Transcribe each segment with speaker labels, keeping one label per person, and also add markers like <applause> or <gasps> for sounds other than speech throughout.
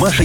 Speaker 1: Маша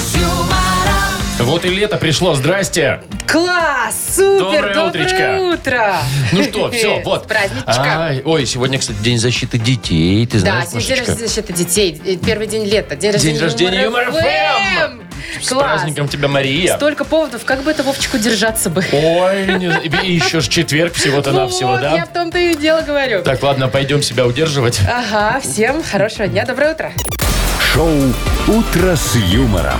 Speaker 2: Вот и лето пришло, здрасте.
Speaker 3: Класс! Супер!
Speaker 2: Доброе утречко.
Speaker 3: утро!
Speaker 2: Ну
Speaker 3: <laughs>
Speaker 2: что, все, вот. А,
Speaker 3: С праздничком!
Speaker 2: Ай, ой, сегодня, кстати, день защиты детей, ты
Speaker 3: Да,
Speaker 2: знаешь,
Speaker 3: сегодня
Speaker 2: Машечка?
Speaker 3: день защиты детей. Э, Первый день лета. День рождения,
Speaker 2: рождения Юмор
Speaker 3: «Юмор-ФМ».
Speaker 2: С
Speaker 3: Класс.
Speaker 2: праздником тебя, Мария.
Speaker 3: Столько поводов, как бы это Вовчику держаться бы.
Speaker 2: Ой, не- и еще ж четверг всего-то на всего,
Speaker 3: Вот, я
Speaker 2: да?
Speaker 3: в том-то и дело говорю.
Speaker 2: Так, ладно, пойдем себя удерживать.
Speaker 3: Ага, всем хорошего дня, доброе утро.
Speaker 1: Шоу «Утро с юмором»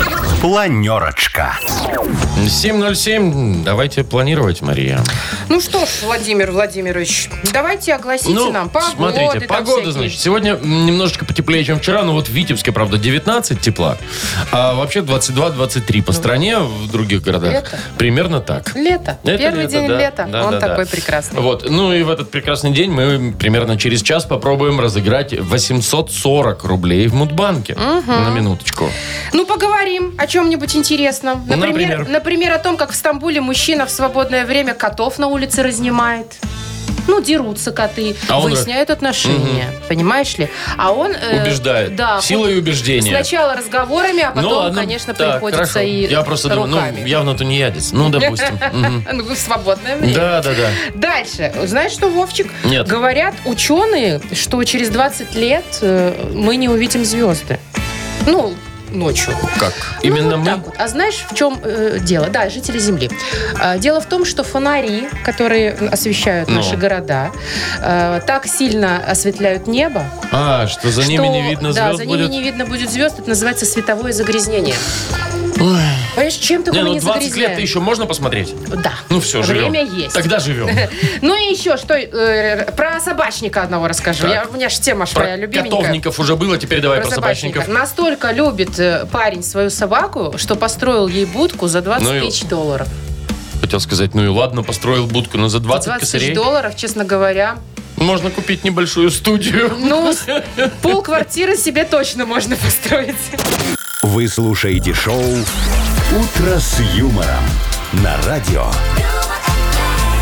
Speaker 1: Планерочка.
Speaker 2: 7.07, давайте планировать, Мария.
Speaker 3: Ну что ж, Владимир Владимирович, давайте огласите нам погоды.
Speaker 2: Ну, смотрите,
Speaker 3: там
Speaker 2: погода,
Speaker 3: всякие.
Speaker 2: значит, сегодня м, немножечко потеплее, чем вчера, но вот в Витебске, правда, 19 тепла, а вообще 22-23 по стране, в других городах.
Speaker 3: Ну, лето.
Speaker 2: Примерно так.
Speaker 3: Лето.
Speaker 2: Это
Speaker 3: Первый
Speaker 2: лето,
Speaker 3: день
Speaker 2: да.
Speaker 3: лета.
Speaker 2: Да,
Speaker 3: Он
Speaker 2: да, да.
Speaker 3: такой прекрасный.
Speaker 2: Вот. Ну и в этот прекрасный день мы примерно через час попробуем разыграть 840 рублей в Мудбанке. На минуточку.
Speaker 3: Ну, поговорим о чем-нибудь интересном. Например,
Speaker 2: Ну, Например?
Speaker 3: например, о том, как в Стамбуле мужчина в свободное время котов на улице разнимает. Ну, дерутся коты,
Speaker 2: А он-
Speaker 3: выясняют отношения. Понимаешь ли? А он... э,
Speaker 2: Убеждает.
Speaker 3: Да.
Speaker 2: Силой убеждения.
Speaker 3: Сначала разговорами, а потом,
Speaker 2: ну, ладно.
Speaker 3: конечно,
Speaker 2: Так,
Speaker 3: приходится
Speaker 2: хорошо.
Speaker 3: и
Speaker 2: Я просто думаю, ну,
Speaker 3: руками.
Speaker 2: явно тунеядец. Ну,
Speaker 3: <laughs>
Speaker 2: допустим. Мгм.
Speaker 3: Ну, в свободное время.
Speaker 2: Да, да, да.
Speaker 3: Дальше. Знаешь что, Вовчик?
Speaker 2: Нет.
Speaker 3: Говорят ученые, что через 20 лет э, мы не увидим звезды. Ну, ночью.
Speaker 2: Как?
Speaker 3: Ну,
Speaker 2: Именно мы?
Speaker 3: вот так вот. А знаешь, в чем э, дело? Да, жители Земли. А, дело в том, что фонари, которые освещают
Speaker 2: Ну.
Speaker 3: наши города, э, так сильно осветляют небо,
Speaker 2: А, что за ними
Speaker 3: что-
Speaker 2: не видно
Speaker 3: да,
Speaker 2: звезд
Speaker 3: за
Speaker 2: будет?
Speaker 3: ними не видно будет звезд. Это называется световое загрязнение.
Speaker 2: Ой.
Speaker 3: Понимаешь, чем только
Speaker 2: Не,
Speaker 3: мы
Speaker 2: ну
Speaker 3: не
Speaker 2: 20 лет
Speaker 3: загрязняем?
Speaker 2: еще можно посмотреть?
Speaker 3: Да.
Speaker 2: Ну все, живем.
Speaker 3: Время есть.
Speaker 2: Тогда
Speaker 3: <laughs>
Speaker 2: живем.
Speaker 3: Ну и еще что, э, про собачника одного расскажу.
Speaker 2: Так.
Speaker 3: Я, у меня же тема ж моя
Speaker 2: Про
Speaker 3: любименькая.
Speaker 2: котовников уже было, теперь давай
Speaker 3: Про
Speaker 2: про
Speaker 3: собачника.
Speaker 2: собачников.
Speaker 3: Настолько любит э, парень свою собаку, что построил ей будку за 20
Speaker 2: Ну и-
Speaker 3: тысяч долларов.
Speaker 2: Хотел сказать, ну и ладно, построил будку, но за 20,
Speaker 3: 20 тысяч
Speaker 2: косарей
Speaker 3: долларов, честно говоря.
Speaker 2: можно купить небольшую студию.
Speaker 3: Ну, с- пол квартиры себе точно можно построить.
Speaker 1: Вы слушаете шоу «Утро с юмором» на радио.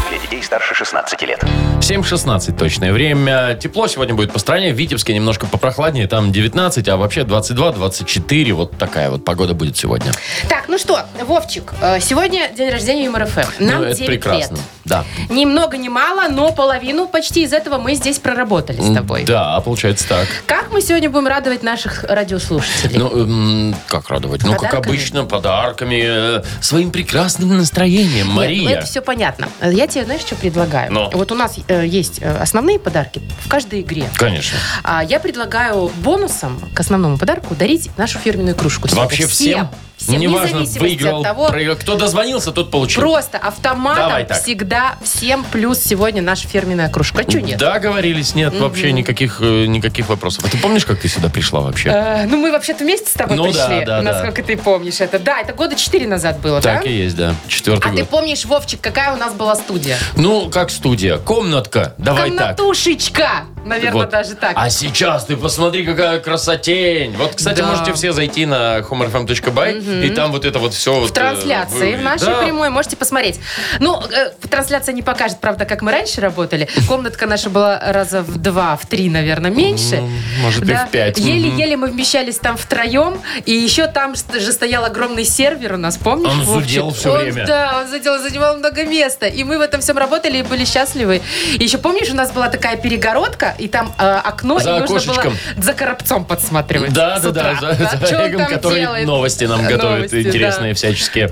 Speaker 4: Для детей старше 16 лет.
Speaker 2: 7.16 точное время. Тепло сегодня будет по стране. В Витебске немножко попрохладнее, там 19, а вообще 22-24. Вот такая вот погода будет сегодня.
Speaker 3: Так, ну что, Вовчик, э, сегодня день рождения Юмор ФМ. Нам
Speaker 2: ну, это
Speaker 3: 9
Speaker 2: прекрасно.
Speaker 3: лет.
Speaker 2: Да.
Speaker 3: Ни много, ни мало, но половину почти из этого мы здесь проработали с тобой.
Speaker 2: Да, а получается так.
Speaker 3: Как мы сегодня будем радовать наших радиослушателей?
Speaker 2: Ну, эм, как радовать? Ну, как
Speaker 3: Подарками?
Speaker 2: обычно, подарками, э, своим прекрасным настроением,
Speaker 3: Нет, ну,
Speaker 2: Мария.
Speaker 3: это все понятно. Я тебе, знаешь, что предлагаю?
Speaker 2: Но.
Speaker 3: Вот у нас э, есть э, основные подарки в каждой игре.
Speaker 2: Конечно.
Speaker 3: А я предлагаю бонусом к основному подарку дарить нашу фирменную кружку. сегодня.
Speaker 2: Вообще всем.
Speaker 3: Всем, вне
Speaker 2: Неважно,
Speaker 3: зависимости
Speaker 2: выиграл,
Speaker 3: от того,
Speaker 2: проиграл. Кто дозвонился, тот получил.
Speaker 3: просто автоматом
Speaker 2: Давай так.
Speaker 3: всегда всем плюс сегодня наша фирменная кружка. А что нет?
Speaker 2: Договорились, нет, вообще никаких, э, никаких вопросов. А ты помнишь, как ты сюда пришла вообще?
Speaker 3: Э, Ну, мы вообще-то вместе с тобой
Speaker 2: Ну да,
Speaker 3: пришли,
Speaker 2: да, да.
Speaker 3: насколько ты помнишь это. Да, это года четыре назад было,
Speaker 2: Так
Speaker 3: да?
Speaker 2: и есть, да.
Speaker 3: А
Speaker 2: Четвертый
Speaker 3: ты
Speaker 2: год.
Speaker 3: помнишь, Вовчик, какая у нас была студия?
Speaker 2: Ну, как студия, комнатка. Давай так.
Speaker 3: Комнатушечка! Наверное,
Speaker 2: Вот.
Speaker 3: даже так.
Speaker 2: А сейчас ты посмотри, какая красотень. Вот, кстати,
Speaker 3: Да.
Speaker 2: можете все зайти на humorfm.by, и там вот это вот э, все.
Speaker 3: В трансляции, в нашей прямой, можете посмотреть. Ну, э, трансляция не покажет, правда, как мы раньше работали. Комнатка наша была раза в два, в три, наверное, меньше.
Speaker 2: может, и
Speaker 3: Да.
Speaker 2: в пять.
Speaker 3: Еле-еле мы вмещались там втроем, и еще там ст- же стоял огромный сервер у нас, помнишь?
Speaker 2: Он
Speaker 3: Вовчик?
Speaker 2: зудел всё
Speaker 3: Он,
Speaker 2: время.
Speaker 3: Да, он зудел, занимал много места, и мы в этом всем работали и были счастливы. И еще помнишь, у нас была такая перегородка, и там э, окно,
Speaker 2: За
Speaker 3: и нужно было
Speaker 2: окошечком.
Speaker 3: за коробцом подсматривать.
Speaker 2: Да,
Speaker 3: с
Speaker 2: да, да, за,
Speaker 3: утра,
Speaker 2: за
Speaker 3: Чё он
Speaker 2: Олегом,
Speaker 3: там
Speaker 2: который
Speaker 3: делает?
Speaker 2: новости нам
Speaker 3: Новости,
Speaker 2: готовит,
Speaker 3: да.
Speaker 2: интересные всякие.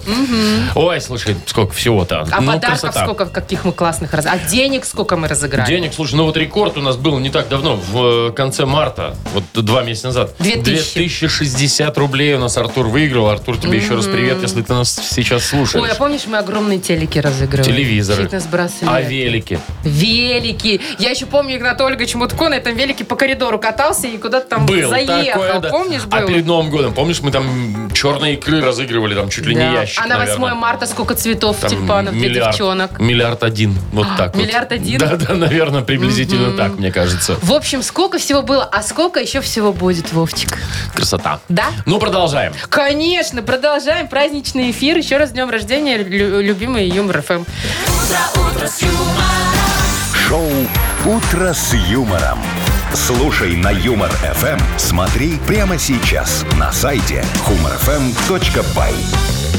Speaker 2: Ой, слушай, сколько всего-то.
Speaker 3: А
Speaker 2: Ну,
Speaker 3: подарков
Speaker 2: красота.
Speaker 3: сколько, каких мы классных раз, а денег сколько мы разыграли?
Speaker 2: Денег, слушай, ну вот рекорд у нас был не так давно, в э, конце марта, вот два месяца назад.
Speaker 3: Две тысячи.
Speaker 2: 2060 рублей у нас Артур выиграл. Артур, тебе еще раз привет, если ты нас сейчас слушаешь.
Speaker 3: Ой, а помнишь, мы огромные телеки разыгрывали?
Speaker 2: Телевизоры.
Speaker 3: Фитнес-браслеты.
Speaker 2: А велики?
Speaker 3: Велики. Я еще помню, Игнат Ольгович Валерьевич Мутко на этом велике по коридору катался и куда-то там
Speaker 2: Был
Speaker 3: заехал.
Speaker 2: такое, да.
Speaker 3: Помнишь, был?
Speaker 2: А перед Новым годом, помнишь, мы там черные икры разыгрывали, там чуть ли не
Speaker 3: Да.
Speaker 2: ящик,
Speaker 3: А на 8
Speaker 2: наверное.
Speaker 3: марта сколько цветов,
Speaker 2: Там
Speaker 3: тюльпанов для девчонок. А,
Speaker 2: Миллиард один, вот так вот.
Speaker 3: миллиард один?
Speaker 2: Да, да, наверное, приблизительно так, мне кажется.
Speaker 3: В общем, сколько всего было, а сколько еще всего будет, Вовчик?
Speaker 2: Красота.
Speaker 3: Да?
Speaker 2: Ну, продолжаем.
Speaker 3: Конечно, продолжаем праздничный эфир. Еще раз с днем рождения, лю- любимый Юмор ФМ.
Speaker 1: Шоу «Утро с юмором». Слушай на Юмор ФМ. Смотри прямо сейчас на сайте humorfm.by.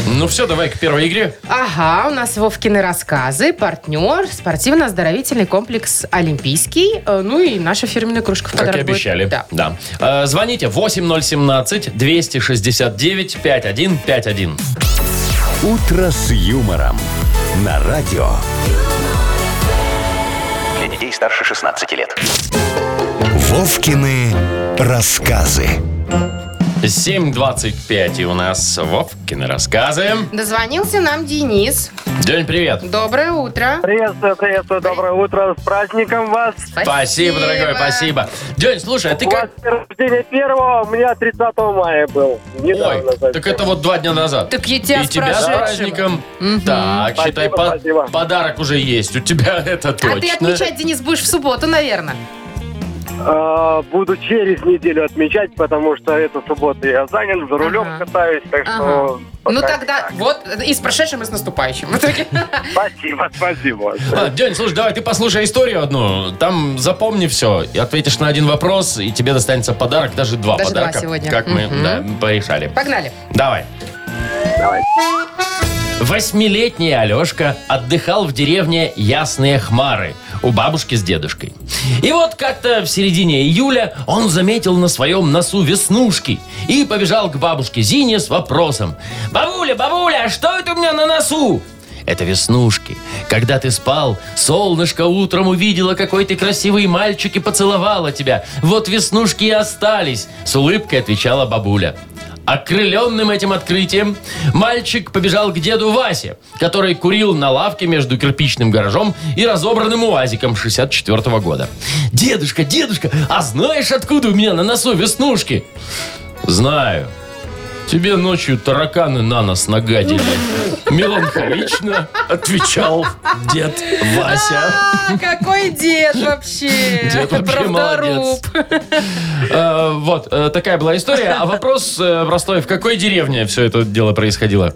Speaker 2: Ну все, давай к первой игре.
Speaker 3: Ага, у нас Вовкины рассказы, партнер, спортивно-оздоровительный комплекс «Олимпийский», э, ну и наша фирменная кружка в
Speaker 2: Как и
Speaker 3: подарок будет.
Speaker 2: обещали.
Speaker 3: Да.
Speaker 2: Э, звоните 8017-269-5151.
Speaker 1: «Утро с юмором» на радио.
Speaker 4: Для детей старше 16 лет.
Speaker 1: Вовкины рассказы.
Speaker 2: 7.25 и у нас Вовкины рассказы.
Speaker 3: Дозвонился нам Денис.
Speaker 2: День, привет.
Speaker 3: Доброе утро.
Speaker 5: Приветствую, приветствую, доброе утро, с праздником вас.
Speaker 2: Спасибо, дорогой, спасибо. День, слушай, а ты
Speaker 5: У вас
Speaker 2: как...
Speaker 5: рождение первого, у меня 30 мая был.
Speaker 2: Ой,
Speaker 5: Недавно совсем.
Speaker 2: так это вот два дня назад.
Speaker 3: Так я тебя
Speaker 2: и
Speaker 3: с
Speaker 2: тебя с
Speaker 3: прошедшим.
Speaker 2: праздником. Так, считай, по-
Speaker 5: спасибо.
Speaker 2: подарок уже есть. У тебя <laughs> это точно.
Speaker 3: А ты отмечать, Денис, будешь в субботу, наверное.
Speaker 5: А, буду через неделю отмечать, потому что эту субботу я занят, за рулем
Speaker 3: Ага.
Speaker 5: катаюсь, так что...
Speaker 3: Ага.
Speaker 5: пока
Speaker 3: Ну
Speaker 5: не
Speaker 3: тогда
Speaker 5: так.
Speaker 3: вот и с прошедшим, и с наступающим. В итоге. <laughs>
Speaker 5: Спасибо, спасибо.
Speaker 2: А, День, слушай, давай ты послушай историю одну. Там запомни все. И ответишь на один вопрос, и тебе достанется подарок, даже два
Speaker 3: Даже два
Speaker 2: подарка.
Speaker 3: сегодня.
Speaker 2: Как мы
Speaker 3: Мгм.
Speaker 2: да, порешали.
Speaker 3: Погнали.
Speaker 2: Давай. Восьмилетний Алешка отдыхал в деревне Ясные Хмары у бабушки с дедушкой. И вот как-то в середине июля он заметил на своем носу веснушки и побежал к бабушке Зине с вопросом. «Бабуля, бабуля, а что это у меня на носу?» Это веснушки. Когда ты спал, солнышко утром увидело, какой ты красивый мальчик и поцеловало тебя. Вот веснушки и остались, с улыбкой отвечала бабуля. Окрыленным этим открытием мальчик побежал к деду Васе, который курил на лавке между кирпичным гаражом и разобранным УАЗиком 64 года. «Дедушка, дедушка, а знаешь, откуда у меня на носу веснушки?» «Знаю», Тебе ночью тараканы на нос нагадили. Меланхолично отвечал дед Вася.
Speaker 3: А, какой дед вообще.
Speaker 2: Дед вообще молодец. Э, вот, э, такая была история. А вопрос э, простой. В какой деревне все это дело происходило?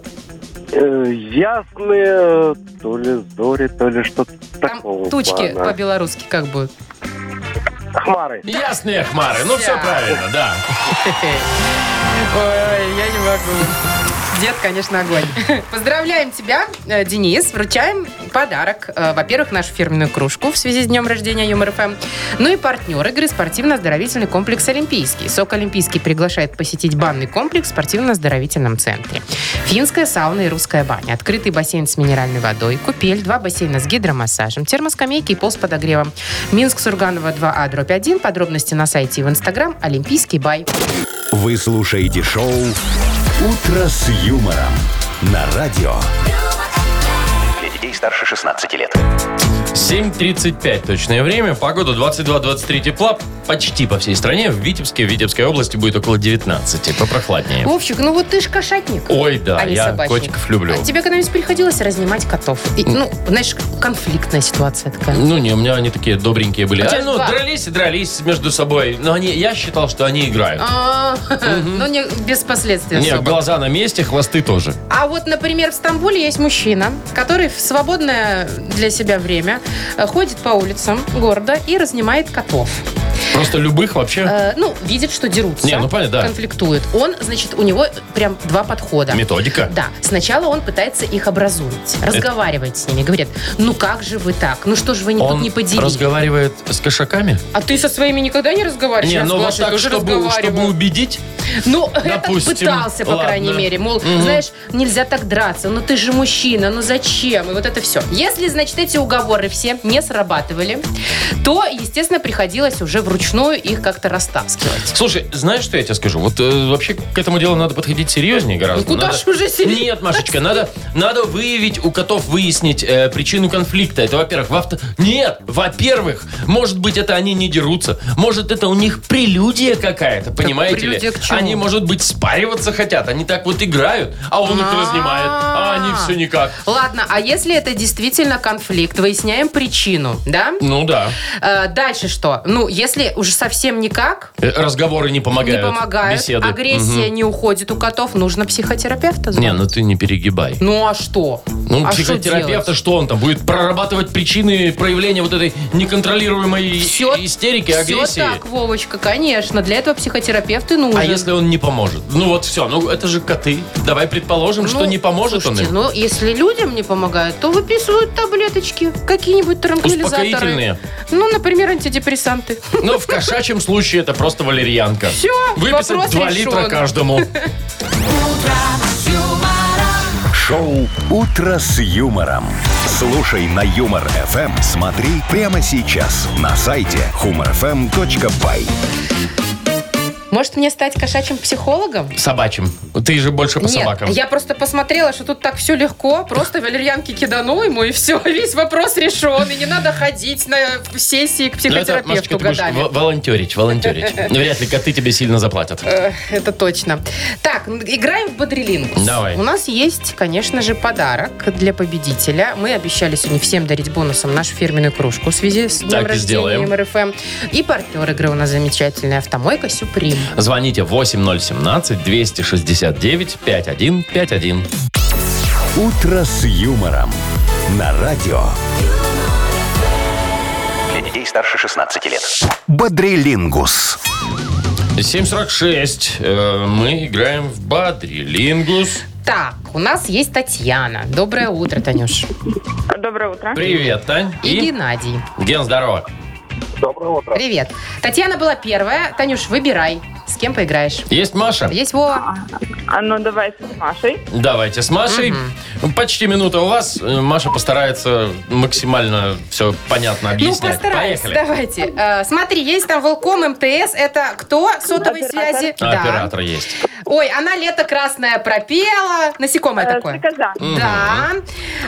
Speaker 5: Э, Ясные, то ли зори, то ли что-то такого
Speaker 3: Там тучки
Speaker 5: плана.
Speaker 3: по-белорусски как будут.
Speaker 5: Хмары.
Speaker 2: Ясные хмары. Ну, все
Speaker 3: Да.
Speaker 2: правильно, да.
Speaker 3: Ой, я не могу. Дед, конечно, огонь. <laughs> Поздравляем тебя, э, Денис. Вручаем подарок. Э, Во-первых, нашу фирменную кружку в связи с днем рождения Юмор ФМ. Ну и партнер игры спортивно-оздоровительный комплекс Олимпийский. Сок Олимпийский приглашает посетить банный комплекс в спортивно-оздоровительном центре. Финская сауна и русская баня. Открытый бассейн с минеральной водой, купель, два бассейна с гидромассажем, термоскамейки и пол с подогревом. Минск, Сурганова 2А, дробь 1. Подробности на сайте и в Инстаграм Олимпийский бай.
Speaker 1: Вы слушаете шоу «Утро с юмором» на радио.
Speaker 4: Для детей старше 16 лет.
Speaker 2: 7.35 точное время. Погода 22-23 тепла. Почти по всей стране. В Витебске, в Витебской области будет около 19. Попрохладнее.
Speaker 3: Вовчик, ну вот ты ж кошатник.
Speaker 2: Ой, да,
Speaker 3: а не
Speaker 2: я
Speaker 3: собачник.
Speaker 2: котиков люблю.
Speaker 3: А тебе когда-нибудь приходилось разнимать котов? И, ну, знаешь, конфликтная ситуация такая.
Speaker 2: Ну, не, у меня они такие добренькие были.
Speaker 3: У тебя
Speaker 2: А, ну,
Speaker 3: два.
Speaker 2: дрались и дрались между собой. Но они, я считал, что они играют.
Speaker 3: А, Ну, не без последствий
Speaker 2: Нет,
Speaker 3: особо.
Speaker 2: глаза на месте, хвосты тоже.
Speaker 3: А вот, например, в Стамбуле есть мужчина, который в свободное для себя время э, ходит по улицам города и
Speaker 2: <laughs>
Speaker 3: разнимает котов.
Speaker 2: Просто любых вообще
Speaker 3: Э, Ну, видит, что дерутся.
Speaker 2: Не, ну, понятно, да.
Speaker 3: Конфликтует. Он, значит, у него прям два подхода.
Speaker 2: методика.
Speaker 3: Да, сначала он пытается их образумить, разговаривает с ними, говорит, ну как же вы так, ну что же вы не тут
Speaker 2: Он
Speaker 3: не поделились.
Speaker 2: разговаривает с кошаками?
Speaker 3: А ты со своими никогда не разговариваешь?
Speaker 2: не,
Speaker 3: Я с
Speaker 2: ну вот
Speaker 3: Глашей
Speaker 2: так,
Speaker 3: тоже
Speaker 2: чтобы,
Speaker 3: разговариваю.
Speaker 2: чтобы убедить.
Speaker 3: Ну,
Speaker 2: допустим,
Speaker 3: этот пытался, по
Speaker 2: ладно.
Speaker 3: крайней мере. Мол,
Speaker 2: Мгм.
Speaker 3: знаешь, нельзя так драться, ну ты же мужчина, ну зачем? И вот это все. Если, значит, эти уговоры все не срабатывали, то, естественно, приходилось уже вручную их как-то растаскивать.
Speaker 2: Слушай, знаешь, что я тебе скажу? Вот э, вообще к этому делу надо подходить серьезнее гораздо.
Speaker 3: Ну, куда
Speaker 2: Надо-
Speaker 3: ж уже серьезно?
Speaker 2: Нет, Машечка, надо, надо выявить у котов, выяснить э, причину конфликта. Это, во-первых. Во Нет, во-первых, может быть, это они не дерутся. Может, это у них прелюдия какая-то, понимаете
Speaker 3: прелюдия
Speaker 2: ли?
Speaker 3: к чему?
Speaker 2: Они, может быть, спариваться хотят. Они так вот играют, а он их
Speaker 3: А-а-а.
Speaker 2: разнимает. А они все никак.
Speaker 3: Ладно, а если это действительно конфликт, выясняем причину, да?
Speaker 2: Ну да.
Speaker 3: Э, дальше что? Ну, если уже совсем никак,
Speaker 2: Э, Разговоры не помогают.
Speaker 3: не помогает,
Speaker 2: Беседы.
Speaker 3: агрессия не уходит у котов, нужно психотерапевта
Speaker 2: Мгм.
Speaker 3: звать.
Speaker 2: Не, ну ты не перегибай.
Speaker 3: Ну а что?
Speaker 2: Ну,
Speaker 3: а что
Speaker 2: психотерапевта, что,
Speaker 3: делать?
Speaker 2: он там будет прорабатывать причины проявления вот этой неконтролируемой
Speaker 3: Всё-
Speaker 2: истерики, агрессии?
Speaker 3: Все так, Вовочка, конечно. Для этого психотерапевт и нужен.
Speaker 2: А если он не поможет? Ну вот все, ну это же коты. Давай предположим, что
Speaker 3: Ну,
Speaker 2: не поможет
Speaker 3: слушайте,
Speaker 2: он им.
Speaker 3: Ну, если людям не помогают, то выписывают таблеточки, какие-нибудь транквилизаторы.
Speaker 2: Успокоительные.
Speaker 3: Ну, например, антидепрессанты.
Speaker 2: Но Ну, в кошачьем случае это просто валерьянка.
Speaker 3: Всё,
Speaker 2: Выписать
Speaker 3: вопрос
Speaker 2: 2
Speaker 3: решен.
Speaker 2: литра каждому.
Speaker 1: Шоу «Утро с юмором». Слушай на Юмор ФМ. Смотри прямо сейчас на сайте humorfm.by.
Speaker 3: Может, мне стать кошачьим психологом?
Speaker 2: Собачьим. Ты же больше по
Speaker 3: Нет,
Speaker 2: собакам.
Speaker 3: я просто посмотрела, что тут так все легко. Просто валерьянки кидану ему, и все, <laughs> весь вопрос решен. И не надо ходить на сессии к
Speaker 2: Ну, это, Машечка,
Speaker 3: психотерапевту
Speaker 2: ты будешь
Speaker 3: годами.
Speaker 2: во- волонтерить, волонтерить. Вряд ли коты тебе сильно заплатят.
Speaker 3: Э, Это точно. Так, м, играем в Бодрилингус.
Speaker 2: Давай.
Speaker 3: У нас есть, конечно же, подарок для победителя. Мы обещали сегодня всем дарить бонусом нашу фирменную кружку в связи с
Speaker 2: Так
Speaker 3: днем
Speaker 2: и сделаем.
Speaker 3: рождения МРФМ. Эм. И партнер игры у нас замечательная автомойка Сюприм.
Speaker 2: Звоните 8017-269-5151.
Speaker 1: «Утро с юмором» на радио
Speaker 4: Для детей старше 16 лет.
Speaker 1: «Бодрилингус».
Speaker 2: 7.46. Э, Мы играем в Бадрилингус.
Speaker 3: Так, у нас есть Татьяна. Доброе утро,
Speaker 2: <laughs>
Speaker 3: Танюш.
Speaker 6: Доброе утро.
Speaker 2: Привет, Тань.
Speaker 3: И,
Speaker 2: И
Speaker 3: Геннадий.
Speaker 2: Ген, здорово.
Speaker 5: Доброе утро.
Speaker 3: Привет. Татьяна была первая. Танюш, выбирай, с кем поиграешь.
Speaker 2: Есть Маша?
Speaker 3: Есть Вова.
Speaker 6: А ну давай с Машей.
Speaker 2: Давайте с Машей. Почти минута у вас. Э, Маша постарается максимально все понятно
Speaker 3: Ну,
Speaker 2: объяснять.
Speaker 3: постараюсь.
Speaker 2: Поехали.
Speaker 3: Давайте. Э, смотри, есть там Волком, МТС. Это кто? Сотовые
Speaker 6: Оператор.
Speaker 3: связи?
Speaker 2: А,
Speaker 3: Да.
Speaker 2: Оператор есть.
Speaker 3: Ой, она лето красное пропела. Насекомое
Speaker 6: Э,
Speaker 3: такое.
Speaker 6: стрекоза.
Speaker 3: Да.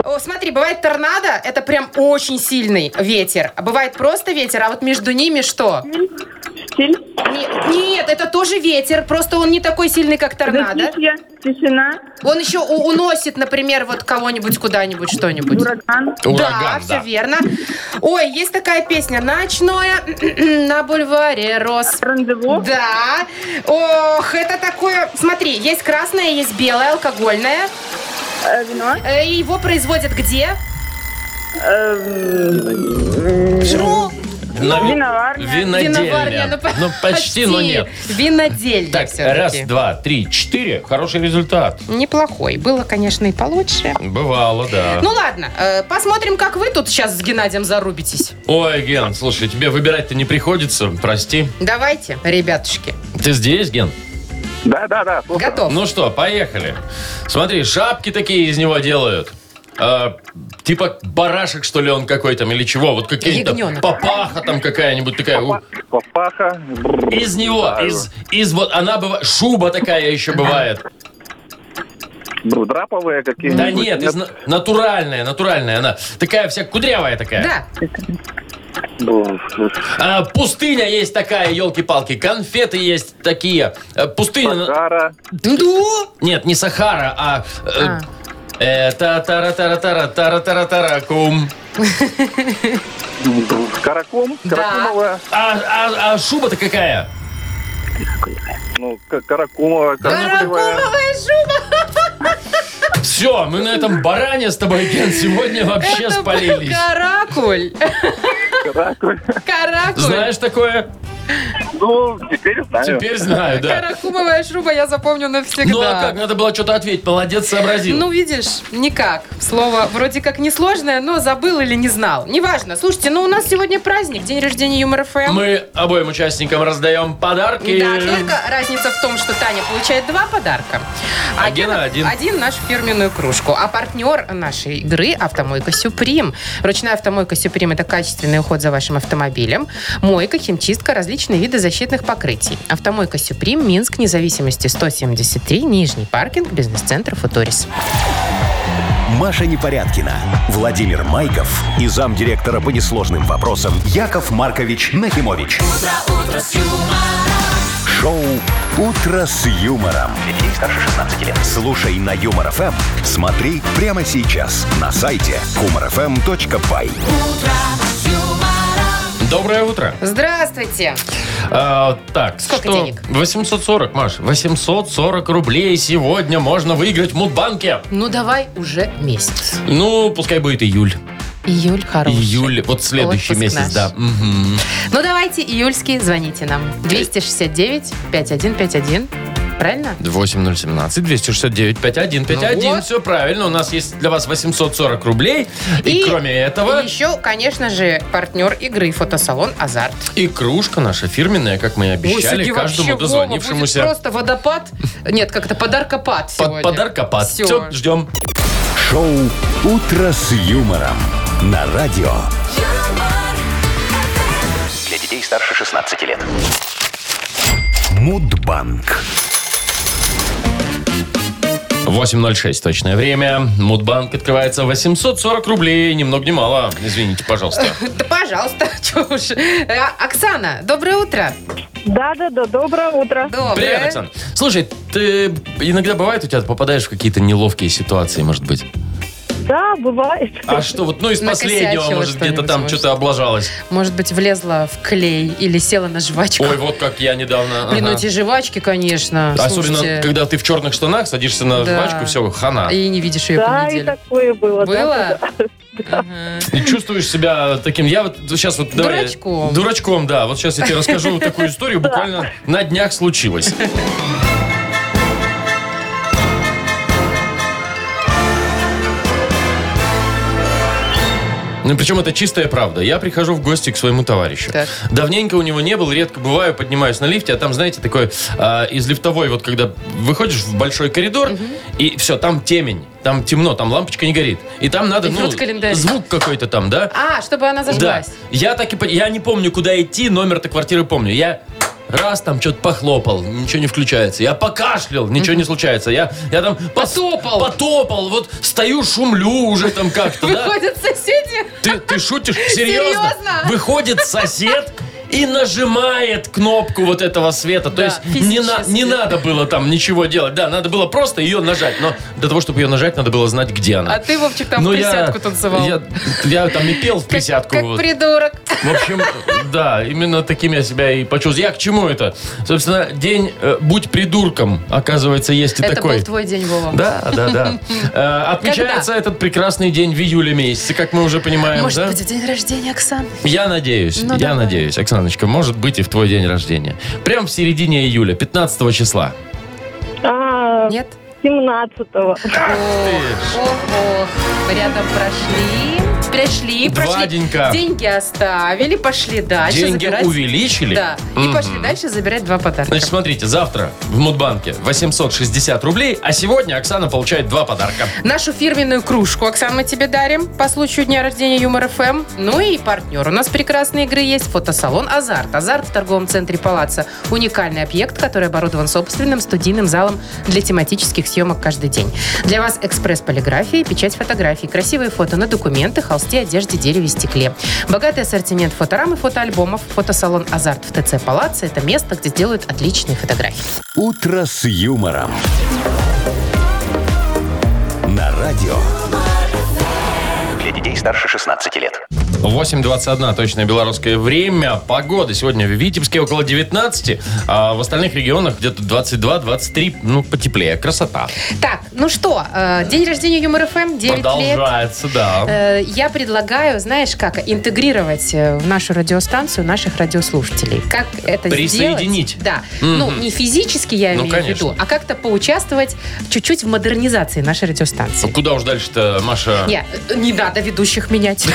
Speaker 3: О, смотри, бывает торнадо, это прям очень сильный ветер. А бывает просто ветер, а вот между ними что?
Speaker 6: Штиль.
Speaker 3: Не- нет, это тоже ветер, просто он не такой сильный, как торнадо.
Speaker 6: Затишье. Тишина.
Speaker 3: Он еще у- уносит, например, вот кого-нибудь куда-нибудь, что-нибудь.
Speaker 6: Ураган.
Speaker 2: Ураган,
Speaker 3: да,
Speaker 2: да.
Speaker 3: все верно. Ой, есть такая песня «Ночное <clears throat> на бульваре Рос».
Speaker 6: Рандеву.
Speaker 3: Да. Ох, это такое... Смотри, есть красное, есть белое, алкогольное.
Speaker 6: э, Вино.
Speaker 3: Э, и Его производят где?
Speaker 6: эм,
Speaker 3: Шру.
Speaker 2: На ви-
Speaker 6: Виноварня.
Speaker 2: Винодельня.
Speaker 3: Виноварня, ну,
Speaker 2: Ну, почти, но нет.
Speaker 3: Винодельня
Speaker 2: Так,
Speaker 3: всё-таки.
Speaker 2: раз, два, три, четыре. Хороший результат.
Speaker 3: Неплохой. Было, конечно, и получше.
Speaker 2: Бывало, да.
Speaker 3: Ну ладно, э, посмотрим, как вы тут сейчас с Геннадием зарубитесь.
Speaker 2: Ой, Ген, слушай, тебе выбирать-то не приходится, прости.
Speaker 3: Давайте, ребятушки.
Speaker 2: Ты здесь, Ген?
Speaker 5: Да, да, да. слушаю.
Speaker 3: Готов.
Speaker 2: Ну что, поехали. Смотри, шапки такие из него делают. А, типа барашек, что ли, он какой там, или чего? Вот какие-то
Speaker 3: Ягненок.
Speaker 2: папаха там какая-нибудь такая. У-
Speaker 5: Папаха.
Speaker 2: Из него, из, из вот, она бывает, шуба такая еще бывает.
Speaker 5: Бру- Драповые какие-нибудь.
Speaker 2: Да нет, из на- натуральная, натуральная она. Такая вся кудрявая такая.
Speaker 3: Да,
Speaker 5: Бру-
Speaker 2: А, пустыня есть такая, елки-палки. Конфеты есть такие. Э, пустыня... на-
Speaker 5: Сахара.
Speaker 3: Ну,
Speaker 2: Нет, не Сахара, а... э,
Speaker 3: А.
Speaker 2: та тара тара тара тара тара тара кум
Speaker 5: Бру- Каракум.
Speaker 3: Да.
Speaker 5: Каракумовая.
Speaker 2: А, а- а шуба-то какая?
Speaker 5: Ну, ка- каракумовая. Каракулевая.
Speaker 3: Каракумовая шуба.
Speaker 2: Все, мы на этом баране с тобой, Ген, сегодня вообще
Speaker 3: Это был
Speaker 2: спалились.
Speaker 3: Каракуль.
Speaker 5: Каракуль.
Speaker 3: Каракуль.
Speaker 2: Знаешь такое?
Speaker 5: Ну, теперь знаю.
Speaker 2: Теперь знаю, да.
Speaker 3: Каракумовая шуба я запомню навсегда.
Speaker 2: Ну, а как? Надо было что-то ответить. Молодец, сообразил.
Speaker 3: Ну, видишь, никак. Слово вроде как несложное, но забыл или не знал. Неважно. Слушайте, ну у нас сегодня праздник, день рождения Юмор ФМ.
Speaker 2: Мы обоим участникам раздаем подарки.
Speaker 3: Да, только разница в том, что Таня получает два подарка,
Speaker 2: А Гена один.
Speaker 3: Один нашу фирменную кружку. А партнер нашей игры – автомойка «Сюприм». Ручная автомойка «Сюприм» – это качественный уход за вашим автомобилем, мойка, химчистка, различные виды защитных покрытий. Автомойка «Сюприм», Минск, независимости 173, Нижний паркинг, бизнес-центр «Футурис».
Speaker 1: Маша Непорядкина, Владимир Майков и замдиректора по несложным вопросам Яков Маркович Нахимович. Шоу Утро с юмором.
Speaker 4: Для детей старше 16 лет.
Speaker 1: Слушай на Юмор ФМ, смотри прямо сейчас на сайте эм humorfm.by.
Speaker 2: Доброе утро.
Speaker 3: Здравствуйте.
Speaker 2: А, так,
Speaker 3: Сколько
Speaker 2: что?
Speaker 3: денег?
Speaker 2: 840, Маш. 840 рублей сегодня можно выиграть в Мудбанке.
Speaker 3: Ну, давай уже месяц.
Speaker 2: Ну, пускай будет июль.
Speaker 3: Июль хороший.
Speaker 2: Июль, вот следующий
Speaker 3: Отпуск
Speaker 2: месяц,
Speaker 3: наш.
Speaker 2: да. Мгм.
Speaker 3: Ну, давайте июльские звоните нам. 269-5151. Правильно?
Speaker 2: 8017 269 5151.
Speaker 3: Ну вот.
Speaker 2: Все правильно. У нас есть для вас 840 рублей. И, кроме этого,
Speaker 3: и еще, конечно же, партнер игры фотосалон «Азарт».
Speaker 2: и кружка наша фирменная, как мы и обещали,
Speaker 3: Ой, сегодня вообще,
Speaker 2: каждому
Speaker 3: Вова,
Speaker 2: дозвонившемуся.
Speaker 3: будет просто водопад. Нет, как это подаркопад сегодня.
Speaker 2: Под подаркопад.
Speaker 3: Всё.
Speaker 2: Все, ждем.
Speaker 1: Шоу Утро с юмором на радио.
Speaker 4: Для детей старше 16 лет.
Speaker 1: Мудбанк.
Speaker 2: 8.06 точное время. Мудбанк открывается 840 рублей. Ни много ни мало. Извините, пожалуйста.
Speaker 3: Да, пожалуйста, <laughs> чё уж. Э, Оксана, доброе утро.
Speaker 6: Да-да-да, доброе утро.
Speaker 3: Доброе.
Speaker 2: Привет, Оксан. Слушай, ты иногда бывает у тебя попадаешь в какие-то неловкие ситуации, может быть?
Speaker 6: Да, бывает.
Speaker 2: А что вот, ну из
Speaker 3: Накосячила
Speaker 2: последнего, может, где-то
Speaker 3: что-нибудь,
Speaker 2: там
Speaker 3: может.
Speaker 2: что-то облажалось.
Speaker 3: Может быть, влезла в клей или села на жвачку.
Speaker 2: Ой, вот как я недавно.
Speaker 3: Блин, ну
Speaker 2: ага. А
Speaker 3: эти жвачки, конечно.
Speaker 2: Особенно,
Speaker 3: слушайте.
Speaker 2: когда ты в черных штанах садишься на
Speaker 3: Да.
Speaker 2: жвачку, все, хана. И...
Speaker 3: И не видишь ее по
Speaker 6: Да, и
Speaker 3: неделю.
Speaker 6: такое было.
Speaker 3: Было?
Speaker 2: чувствуешь себя таким. Я вот сейчас вот... давай-
Speaker 3: Дурачком.
Speaker 2: дурачком, да. Вот сейчас я тебе расскажу такую историю. Буквально на днях случилось. Ну, причем это чистая правда. Я прихожу в гости к своему товарищу.
Speaker 3: Так.
Speaker 2: Давненько у него не был, редко бываю, поднимаюсь на лифте, а там, знаете, такой а, из лифтовой, вот когда выходишь в большой коридор, и все, там темень, там темно, там лампочка не горит. И там надо,
Speaker 3: И
Speaker 2: ну,
Speaker 3: фрукт-календарик.
Speaker 2: звук какой-то там, да?
Speaker 3: А, чтобы она зажглась.
Speaker 2: Да. Я так и по- я не помню, куда идти, номер-то квартиры помню. Я раз там что-то похлопал, ничего не включается. Я покашлял, ничего не случается. Я, я там пос-
Speaker 3: Потопал.
Speaker 2: потопал, вот стою, шумлю уже там как-то, да?
Speaker 3: Выходят соседи.
Speaker 2: Ты, ты
Speaker 3: <laughs>
Speaker 2: шутишь? Серьезно?
Speaker 3: Серьезно?
Speaker 2: Выходит сосед и нажимает кнопку вот этого света. То
Speaker 3: Да,
Speaker 2: есть не, на-
Speaker 3: физически.
Speaker 2: не надо было там ничего делать. Да, надо было просто ее нажать. Но для того, чтобы ее нажать, надо было знать, где она.
Speaker 3: А ты, Вовчик, там в
Speaker 2: Ну, я-
Speaker 3: присядку танцевал.
Speaker 2: Я, я там и пел в
Speaker 3: Как-
Speaker 2: присядку.
Speaker 3: Как,
Speaker 2: вот.
Speaker 3: придурок.
Speaker 2: В общем, да, именно таким я себя и почувствовал. Я к чему это? Собственно, день э, «Будь придурком», оказывается, есть и
Speaker 3: Это
Speaker 2: такой.
Speaker 3: был твой день, Вова.
Speaker 2: Да, да,
Speaker 3: <laughs>
Speaker 2: да. Э, Отмечается этот прекрасный день в июле месяце, как мы уже понимаем,
Speaker 3: Может
Speaker 2: да?
Speaker 3: быть, в день рождения Оксан?
Speaker 2: Я надеюсь,
Speaker 3: Ну,
Speaker 2: я
Speaker 3: давай.
Speaker 2: надеюсь, Оксаночка, может быть и в твой день рождения. Прям в середине июля, 15 числа.
Speaker 6: А,
Speaker 3: Нет?
Speaker 6: 17-го.
Speaker 3: Ох, ох, ох. Рядом прошли. Пришли,
Speaker 2: Два
Speaker 3: прошли.
Speaker 2: денька.
Speaker 3: Деньги оставили, пошли дальше.
Speaker 2: Деньги
Speaker 3: А забирать.
Speaker 2: увеличили.
Speaker 3: Да, и
Speaker 2: Мгм.
Speaker 3: пошли дальше забирать два подарка.
Speaker 2: Значит, смотрите, завтра в Мудбанке 860 рублей, а сегодня Оксана получает два подарка.
Speaker 3: Нашу фирменную кружку, Оксан, мы тебе дарим по случаю дня рождения Юмор ФМ. Ну и партнер у нас прекрасной игры есть фотосалон «Азарт». «Азарт» в торговом центре «Палаца». Уникальный объект, который оборудован собственным студийным залом для тематических съемок каждый день. Для вас экспресс полиграфии, печать фотографий, красивые фото на документы, холсте, одежде, дереве, стекле. Богатый ассортимент фоторам и фотоальбомов. Фотосалон «Азарт» в ТЦ «Палаца» – это место, где делают отличные фотографии.
Speaker 1: Утро с юмором. На радио
Speaker 4: Для детей старше 16 лет.
Speaker 2: 8.21 точное белорусское время. Погода сегодня в Витебске около 19, а в остальных регионах где-то 22-23, ну, потеплее. Красота.
Speaker 3: Так, ну что, э, день рождения Юмор ФМ, 9 лет.
Speaker 2: Продолжается, да.
Speaker 3: Э, Я предлагаю, знаешь как, интегрировать э, в нашу радиостанцию наших радиослушателей. Как это
Speaker 2: Присоединить.
Speaker 3: сделать? Да.
Speaker 2: Мгм.
Speaker 3: Ну, не физически я
Speaker 2: Ну,
Speaker 3: имею в виду,
Speaker 2: конечно.
Speaker 3: а как-то поучаствовать чуть-чуть в модернизации нашей
Speaker 2: Ну,
Speaker 3: радиостанции.
Speaker 2: Куда уж дальше-то, Маша?
Speaker 3: Не, э, не надо
Speaker 2: <laughs>
Speaker 3: ведущих менять.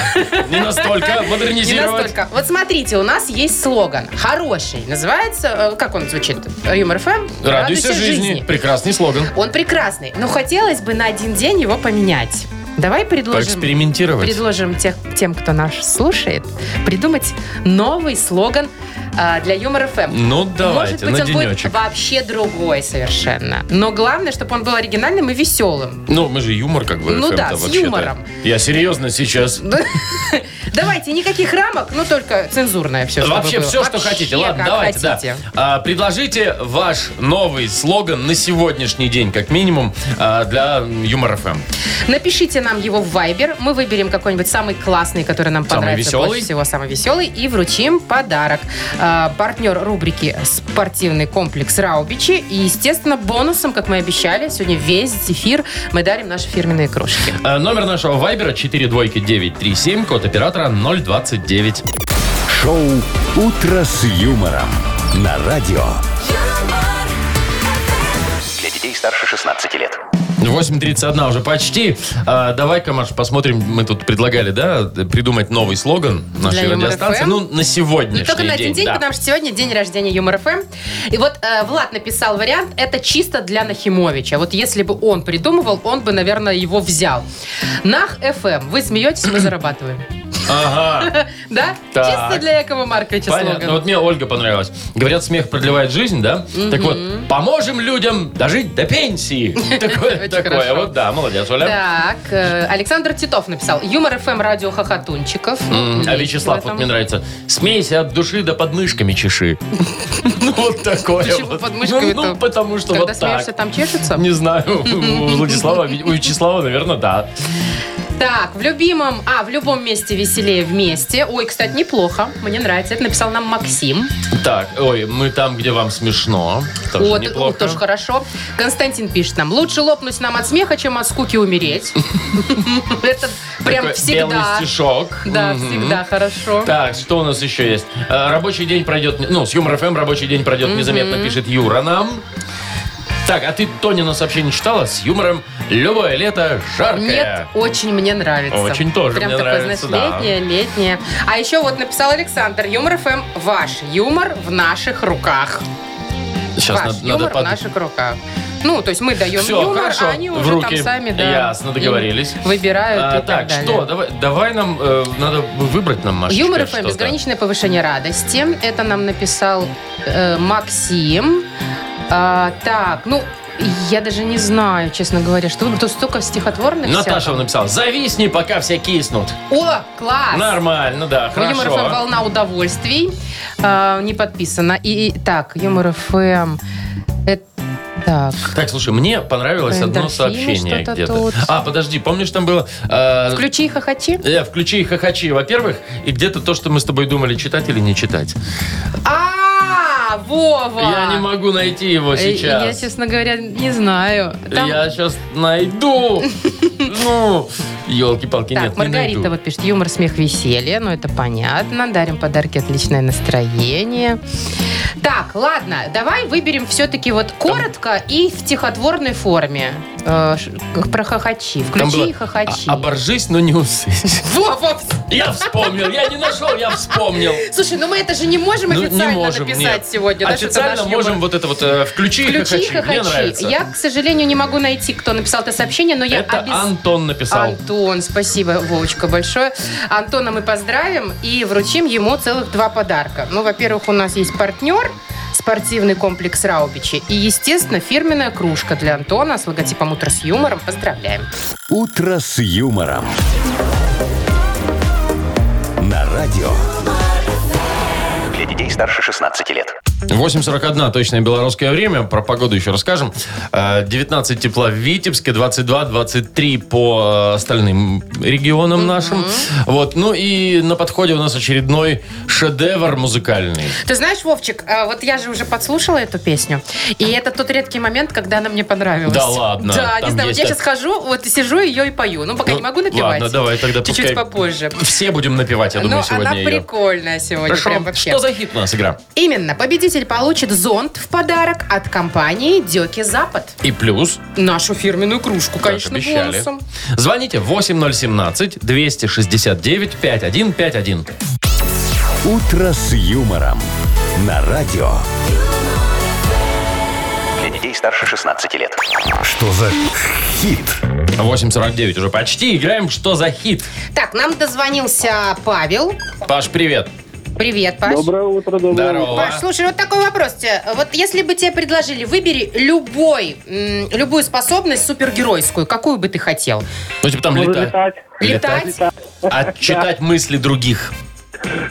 Speaker 2: Не настолько
Speaker 3: <laughs> Не
Speaker 2: модернизировать.
Speaker 3: настолько. Вот смотрите, у нас есть слоган. Хороший. Называется, э, как он звучит? Юмор ФМ.
Speaker 2: Радуйся жизни. Прекрасный слоган.
Speaker 3: Он прекрасный. Но хотелось бы на один день его поменять. Давай предложим.
Speaker 2: Поэкспериментировать.
Speaker 3: предложим тех, тем, кто нас слушает, придумать новый слоган а, для Юмор ФМ.
Speaker 2: Ну,
Speaker 3: Может
Speaker 2: давайте,
Speaker 3: быть,
Speaker 2: на
Speaker 3: он
Speaker 2: денечек.
Speaker 3: будет вообще другой совершенно. Но главное, чтобы он был оригинальным и веселым.
Speaker 2: Ну, мы же юмор как бы.
Speaker 3: Ну
Speaker 2: FM-то
Speaker 3: да, с
Speaker 2: вообще-то.
Speaker 3: юмором.
Speaker 2: Я серьезно сейчас.
Speaker 3: Давайте, никаких рамок, но только цензурное все.
Speaker 2: Вообще все, что хотите. Ладно, давайте, да. А, предложите ваш новый слоган на сегодняшний день, как минимум, а, для Юмор ФМ.
Speaker 3: Напишите нам его в Viber. Мы выберем какой-нибудь самый классный, который нам
Speaker 2: Самый
Speaker 3: понравится
Speaker 2: веселый?
Speaker 3: больше всего, самый веселый, и вручим подарок. А, партнер рубрики «Спортивный комплекс Раубичи». И, естественно, бонусом, как мы и обещали, сегодня весь эфир мы дарим наши фирменные кружки.
Speaker 2: А, Номер нашего вайбера 42937, код оператора 029.
Speaker 1: Шоу «Утро с юмором» на радио.
Speaker 4: Для детей старше 16 лет.
Speaker 2: 8.31 уже почти. А, Давай-ка, Маш, посмотрим. Мы тут предлагали, да, придумать новый слоган нашей
Speaker 3: Юмор
Speaker 2: радиостанции.
Speaker 3: FM?
Speaker 2: Ну, на
Speaker 3: Ну,
Speaker 2: сегодняшний
Speaker 3: только на один день,
Speaker 2: да.
Speaker 3: потому что сегодня день рождения Юмор ФМ. И вот э, Влад написал вариант, это чисто для Нахимовича. Вот если бы он придумывал, он бы, наверное, его взял. Нах ФМ. Вы смеетесь, мы зарабатываем.
Speaker 2: Ага.
Speaker 3: Да?
Speaker 2: Так.
Speaker 3: Чисто для Якова Марковича
Speaker 2: Понятно. Ну,
Speaker 3: слоган.
Speaker 2: Вот мне Ольга понравилась. Говорят, смех продлевает жизнь, да? Так вот, поможем людям дожить до пенсии. Такое,
Speaker 3: <laughs> Очень
Speaker 2: такое.
Speaker 3: хорошо.
Speaker 2: Вот, да, молодец, Оля.
Speaker 3: Так, э, Александр Титов написал. Юмор ФМ радио хохотунчиков.
Speaker 2: М, А
Speaker 3: Есть
Speaker 2: Вячеслав,
Speaker 3: в этом.
Speaker 2: вот мне нравится. Смейся от души да подмышками чеши. <laughs> Ну, вот такое.
Speaker 3: Почему
Speaker 2: вот.
Speaker 3: под мышками-то?
Speaker 2: Ну, ну, потому что
Speaker 3: Когда
Speaker 2: вот
Speaker 3: смеешься,
Speaker 2: так.
Speaker 3: там чешется?
Speaker 2: Не знаю,
Speaker 3: <laughs>
Speaker 2: у Владислава, у Вячеслава, наверное, да.
Speaker 3: Так, в любимом... А, в любом месте веселее вместе. Ой, кстати, неплохо. Мне нравится. Это написал нам Максим.
Speaker 2: Так, ой, мы там, где вам смешно. Тоже
Speaker 3: Вот,
Speaker 2: неплохо.
Speaker 3: о, тоже хорошо. Константин пишет нам. Лучше лопнуть нам от смеха, чем от
Speaker 2: <laughs>
Speaker 3: скуки умереть. Это прям
Speaker 2: Такой Белый
Speaker 3: всегда.
Speaker 2: стишок.
Speaker 3: Да,
Speaker 2: Мгм.
Speaker 3: всегда хорошо.
Speaker 2: Так, что у нас еще есть? Э, Рабочий день пройдет... Ну, с Юмор ФМ рабочий день пройдет незаметно, пишет Юра нам. Так, а ты Тонина сообщение читала? С юмором любое лето
Speaker 3: Нет,
Speaker 2: жаркое.
Speaker 3: очень мне нравится.
Speaker 2: Очень тоже
Speaker 3: Прям
Speaker 2: мне
Speaker 3: такое,
Speaker 2: нравится,
Speaker 3: знаешь,
Speaker 2: да.
Speaker 3: летнее, летнее. А еще вот написал Александр, юмор ФМ ваш. Юмор в наших руках.
Speaker 2: Сейчас
Speaker 3: ваш
Speaker 2: надо,
Speaker 3: юмор
Speaker 2: надо
Speaker 3: в
Speaker 2: под-
Speaker 3: наших руках. Ну, то есть мы даем
Speaker 2: Всё,
Speaker 3: юмор,
Speaker 2: хорошо,
Speaker 3: а они
Speaker 2: в
Speaker 3: уже
Speaker 2: руки.
Speaker 3: там сами, да.
Speaker 2: Ясно,
Speaker 3: им
Speaker 2: договорились.
Speaker 3: Выбирают
Speaker 2: А,
Speaker 3: и так,
Speaker 2: так,
Speaker 3: далее.
Speaker 2: что, давай, давай нам, э, надо выбрать нам, Машечка,
Speaker 3: Юмор эм ФМ,
Speaker 2: что-то.
Speaker 3: безграничное повышение радости. Это нам написал э, Максим. А, так, ну, я даже не знаю, честно говоря, что вы- тут столько стихотворных
Speaker 2: Наташа
Speaker 3: всякого.
Speaker 2: написала, зависни, пока все киснут.
Speaker 3: О, класс!
Speaker 2: Нормально, да,
Speaker 3: А У эм Юмор ФМ
Speaker 2: хорошо.
Speaker 3: волна удовольствий. А, не подписано. И, и- так, Юмор ФМ. Это, так.
Speaker 2: Так, слушай, мне понравилось одно
Speaker 3: Эндорфины
Speaker 2: сообщение
Speaker 3: что-то
Speaker 2: где-то.
Speaker 3: тут.
Speaker 2: А, подожди, помнишь, там было... э,
Speaker 3: Включи и хохочи.
Speaker 2: Э, включи и хохочи, во-первых, и где-то то, что мы с тобой думали, читать или не читать.
Speaker 3: А, Вова!
Speaker 2: Я не могу найти его
Speaker 3: Э, Я,
Speaker 2: сейчас.
Speaker 3: честно говоря, не знаю. Там-
Speaker 2: Я сейчас
Speaker 3: <laughs>
Speaker 2: найду. Ну, елки-палки,
Speaker 3: Так,
Speaker 2: нет, не
Speaker 3: Маргарита
Speaker 2: найду.
Speaker 3: вот пишет, юмор, смех, веселье, ну это понятно, дарим подарки, отличное настроение. Так, ладно, давай выберем все-таки вот коротко и в стихотворной форме Э, ш- про хохочи.
Speaker 2: Там было,
Speaker 3: Включи и хохочи.
Speaker 2: «А- Оборжись, но не усысь. <laughs>
Speaker 3: Во, во,
Speaker 2: Я вспомнил, я не нашел, я вспомнил.
Speaker 3: Слушай, ну <laughs> мы это же не можем
Speaker 2: Ну,
Speaker 3: официально
Speaker 2: не можем,
Speaker 3: написать
Speaker 2: нет.
Speaker 3: сегодня. да, что это
Speaker 2: Официально
Speaker 3: наш
Speaker 2: можем <laughs>
Speaker 3: юмор.
Speaker 2: вот это вот э, включи, и
Speaker 3: Включи и
Speaker 2: хохочи. Мне
Speaker 3: хохочи.
Speaker 2: нравится.
Speaker 3: Я, к сожалению, не могу найти, кто написал это сообщение, но я
Speaker 2: Это
Speaker 3: обез-
Speaker 2: Антон написал.
Speaker 3: Антон, спасибо, Вовочка, большое. Антона мы поздравим и вручим ему целых два подарка. Ну, во-первых, у нас есть партнер, спортивный комплекс Раубичи. И, естественно, фирменная кружка для Антона с логотипом «Утро с юмором». Поздравляем.
Speaker 1: «Утро с юмором». На радио.
Speaker 4: Для детей старше 16 лет.
Speaker 2: 8.41 точное белорусское время. Про погоду еще расскажем. Э, 19 тепла в Витебске, 22-23 по э, остальным регионам нашим. Вот. Ну и на подходе у нас очередной шедевр музыкальный.
Speaker 3: Ты знаешь, Вовчик, э, вот я же уже подслушала эту песню, и это тот редкий момент, когда она мне понравилась.
Speaker 2: Да ладно,
Speaker 3: Да,
Speaker 2: там
Speaker 3: не знаю, вот
Speaker 2: есть
Speaker 3: я
Speaker 2: это.
Speaker 3: сейчас хожу, вот сижу ее и пою. Ну, пока
Speaker 2: Ну,
Speaker 3: не могу напевать.
Speaker 2: Ладно, давай тогда
Speaker 3: Чуть-чуть
Speaker 2: пускай
Speaker 3: попозже.
Speaker 2: Все будем напевать, я думаю,
Speaker 3: Но
Speaker 2: сегодня
Speaker 3: она
Speaker 2: ее.
Speaker 3: прикольная сегодня,
Speaker 2: Хорошо.
Speaker 3: прям вообще.
Speaker 2: Что за хит у нас игра?
Speaker 3: Именно, победитель получит зонт в подарок от компании Деки Запад.
Speaker 2: И плюс,
Speaker 3: Нашу фирменную кружку,
Speaker 2: как
Speaker 3: конечно,
Speaker 2: обещали.
Speaker 3: бонусом.
Speaker 2: Звоните 8017-269-5151.
Speaker 1: «Утро с юмором» на радио.
Speaker 4: Для детей старше 16 лет.
Speaker 1: Что за хит?
Speaker 2: 8.49 уже почти. Играем «Что за хит?».
Speaker 3: Так, нам дозвонился Павел.
Speaker 2: Паш, привет.
Speaker 3: Привет, Паш.
Speaker 5: Доброе утро, доброе
Speaker 2: Здорово.
Speaker 3: Паш, слушай, вот такой вопрос тебе. Вот если бы тебе предложили, выбери любой, м, любую способность супергеройскую, какую бы ты хотел?
Speaker 2: Ну, типа там
Speaker 5: Буду
Speaker 2: летать.
Speaker 5: летать.
Speaker 3: Летать?
Speaker 2: А читать мысли других.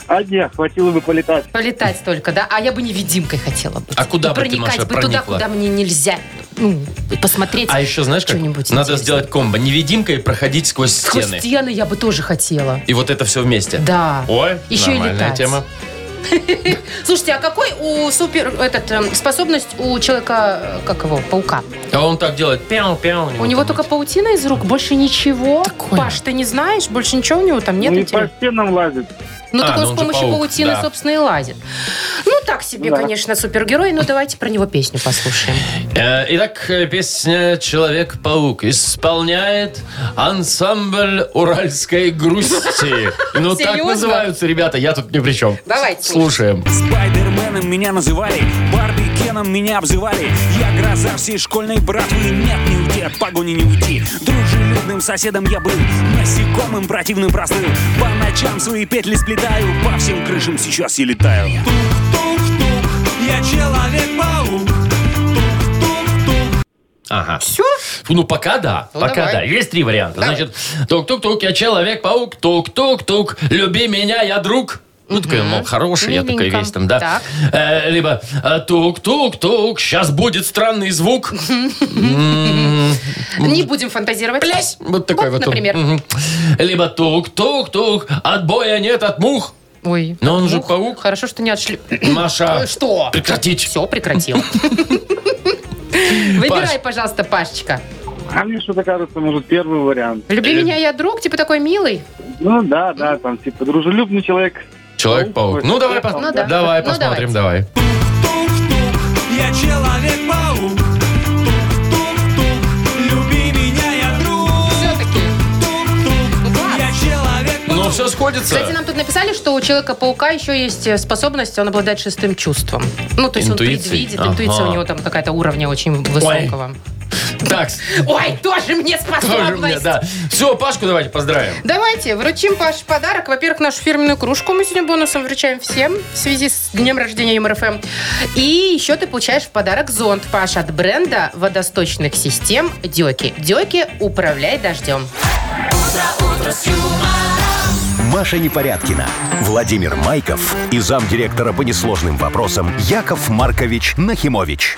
Speaker 5: А нет, хватило бы полетать.
Speaker 3: Полетать только, да? А я бы невидимкой хотела быть.
Speaker 2: А куда
Speaker 3: И
Speaker 2: бы ты,
Speaker 3: проникать
Speaker 2: Маша,
Speaker 3: бы туда,
Speaker 2: проникла?
Speaker 3: куда мне нельзя. Ну, и посмотреть
Speaker 2: А еще знаешь, как надо
Speaker 3: что-нибудь интересное.
Speaker 2: сделать комбо. Невидимка и проходить сквозь
Speaker 3: Сквозь
Speaker 2: стены.
Speaker 3: стены я бы тоже хотела.
Speaker 2: И вот это все вместе.
Speaker 3: Да.
Speaker 2: Ой,
Speaker 3: Еще и
Speaker 2: нормальная
Speaker 3: летать.
Speaker 2: тема.
Speaker 3: Слушайте, а какой у супер... Этот, эм, способность у человека, э, как его, паука?
Speaker 2: А он так делает. Пяу, пяу.
Speaker 3: У него только паутина из рук, больше ничего. Паш, ты не знаешь? Больше ничего у него там нет?
Speaker 5: ну,
Speaker 3: у
Speaker 5: и
Speaker 3: тебя?
Speaker 5: по стенам лазит.
Speaker 3: Ну,
Speaker 2: А,
Speaker 3: так
Speaker 2: ну
Speaker 3: он
Speaker 2: он
Speaker 3: с
Speaker 2: же
Speaker 3: помощью
Speaker 2: паук,
Speaker 3: паутины,
Speaker 2: да.
Speaker 3: собственно, и лазит. Ну, так себе,
Speaker 5: Да.
Speaker 3: конечно, супергерой. Ну, давайте про него песню послушаем.
Speaker 2: Э, Итак, э, песня «Человек-паук» исполняет ансамбль «Уральской
Speaker 3: <laughs>
Speaker 2: грусти». Ну, так
Speaker 3: Серьезно?
Speaker 2: называются ребята, я тут ни при чем.
Speaker 3: Давайте
Speaker 2: Слушаем.
Speaker 7: Спайдерменом меня называли, Барби Кеном меня обзывали. Я гроза всей школьной братвы, нет, не уйти от погони не уйти. Дружелюбным соседом я был, насекомым противным простым. По ночам свои петли сплетаю, по всем крышам сейчас я летаю. Тук-тук-тук, я человек-паук. Тук-тук-тук.
Speaker 2: Ага.
Speaker 3: Все?
Speaker 2: Ну, пока да.
Speaker 3: Ну,
Speaker 2: пока
Speaker 3: давай.
Speaker 2: да. Есть три варианта. Значит, тук-тук-тук, я человек-паук, тук-тук-тук, люби меня, я друг. Ну, такая, ну, хороший, я такой
Speaker 3: Миленько.
Speaker 2: весь там, да.
Speaker 3: Так.
Speaker 2: Э, либо э, тук-тук-тук, сейчас будет странный
Speaker 3: <laughs>
Speaker 2: звук.
Speaker 3: Не будем фантазировать.
Speaker 2: Плясь! Вот такой вот, он.
Speaker 3: например.
Speaker 2: Мгм. Либо тук-тук-тук, отбоя нет от мух.
Speaker 3: Ой.
Speaker 2: Но он же
Speaker 3: ух,
Speaker 2: паук. А.
Speaker 3: Хорошо, что не отшли. Э,
Speaker 2: Маша,
Speaker 3: Что?
Speaker 2: прекратить.
Speaker 3: Все,
Speaker 2: <laughs>
Speaker 3: прекратил. Выбирай, пожалуйста, Пашечка.
Speaker 5: А мне что-то кажется, может, первый вариант.
Speaker 3: Люби
Speaker 2: Э,
Speaker 3: меня, я друг, типа такой милый.
Speaker 5: Ну да, да, там типа дружелюбный человек.
Speaker 2: Человек-паук. Ну, давай, пос-
Speaker 3: Ну, да.
Speaker 2: давай
Speaker 3: Ну,
Speaker 2: посмотрим, давай.
Speaker 7: Тук-тук-тук, я человек-паук. Тук-тук-тук, люби меня, я друг.
Speaker 3: Все-таки.
Speaker 7: Тук-тук, я человек
Speaker 2: Ну, все сходится.
Speaker 3: Кстати, нам тут написали, что у Человека-паука еще есть э, способность, он обладает шестым чувством. Ну, то есть он
Speaker 2: Интуицией?
Speaker 3: предвидит,
Speaker 2: Ага.
Speaker 3: интуиция у него там какая-то уровня очень высокого.
Speaker 2: Так,
Speaker 3: <laughs>
Speaker 2: <laughs>
Speaker 3: Ой, тоже мне
Speaker 2: тоже мне,
Speaker 3: способность.
Speaker 2: да. Все, Пашку давайте поздравим.
Speaker 3: Давайте вручим Паш подарок. Во-первых, нашу фирменную кружку мы сегодня бонусом вручаем всем в связи с днем рождения ЮМРФМ. И еще ты получаешь в подарок зонт, Паш, от бренда водосточных систем Дёки. Дёки, управляй дождем.
Speaker 1: Маша Непорядкина, Владимир Майков и замдиректора по несложным вопросам Яков Маркович Нахимович.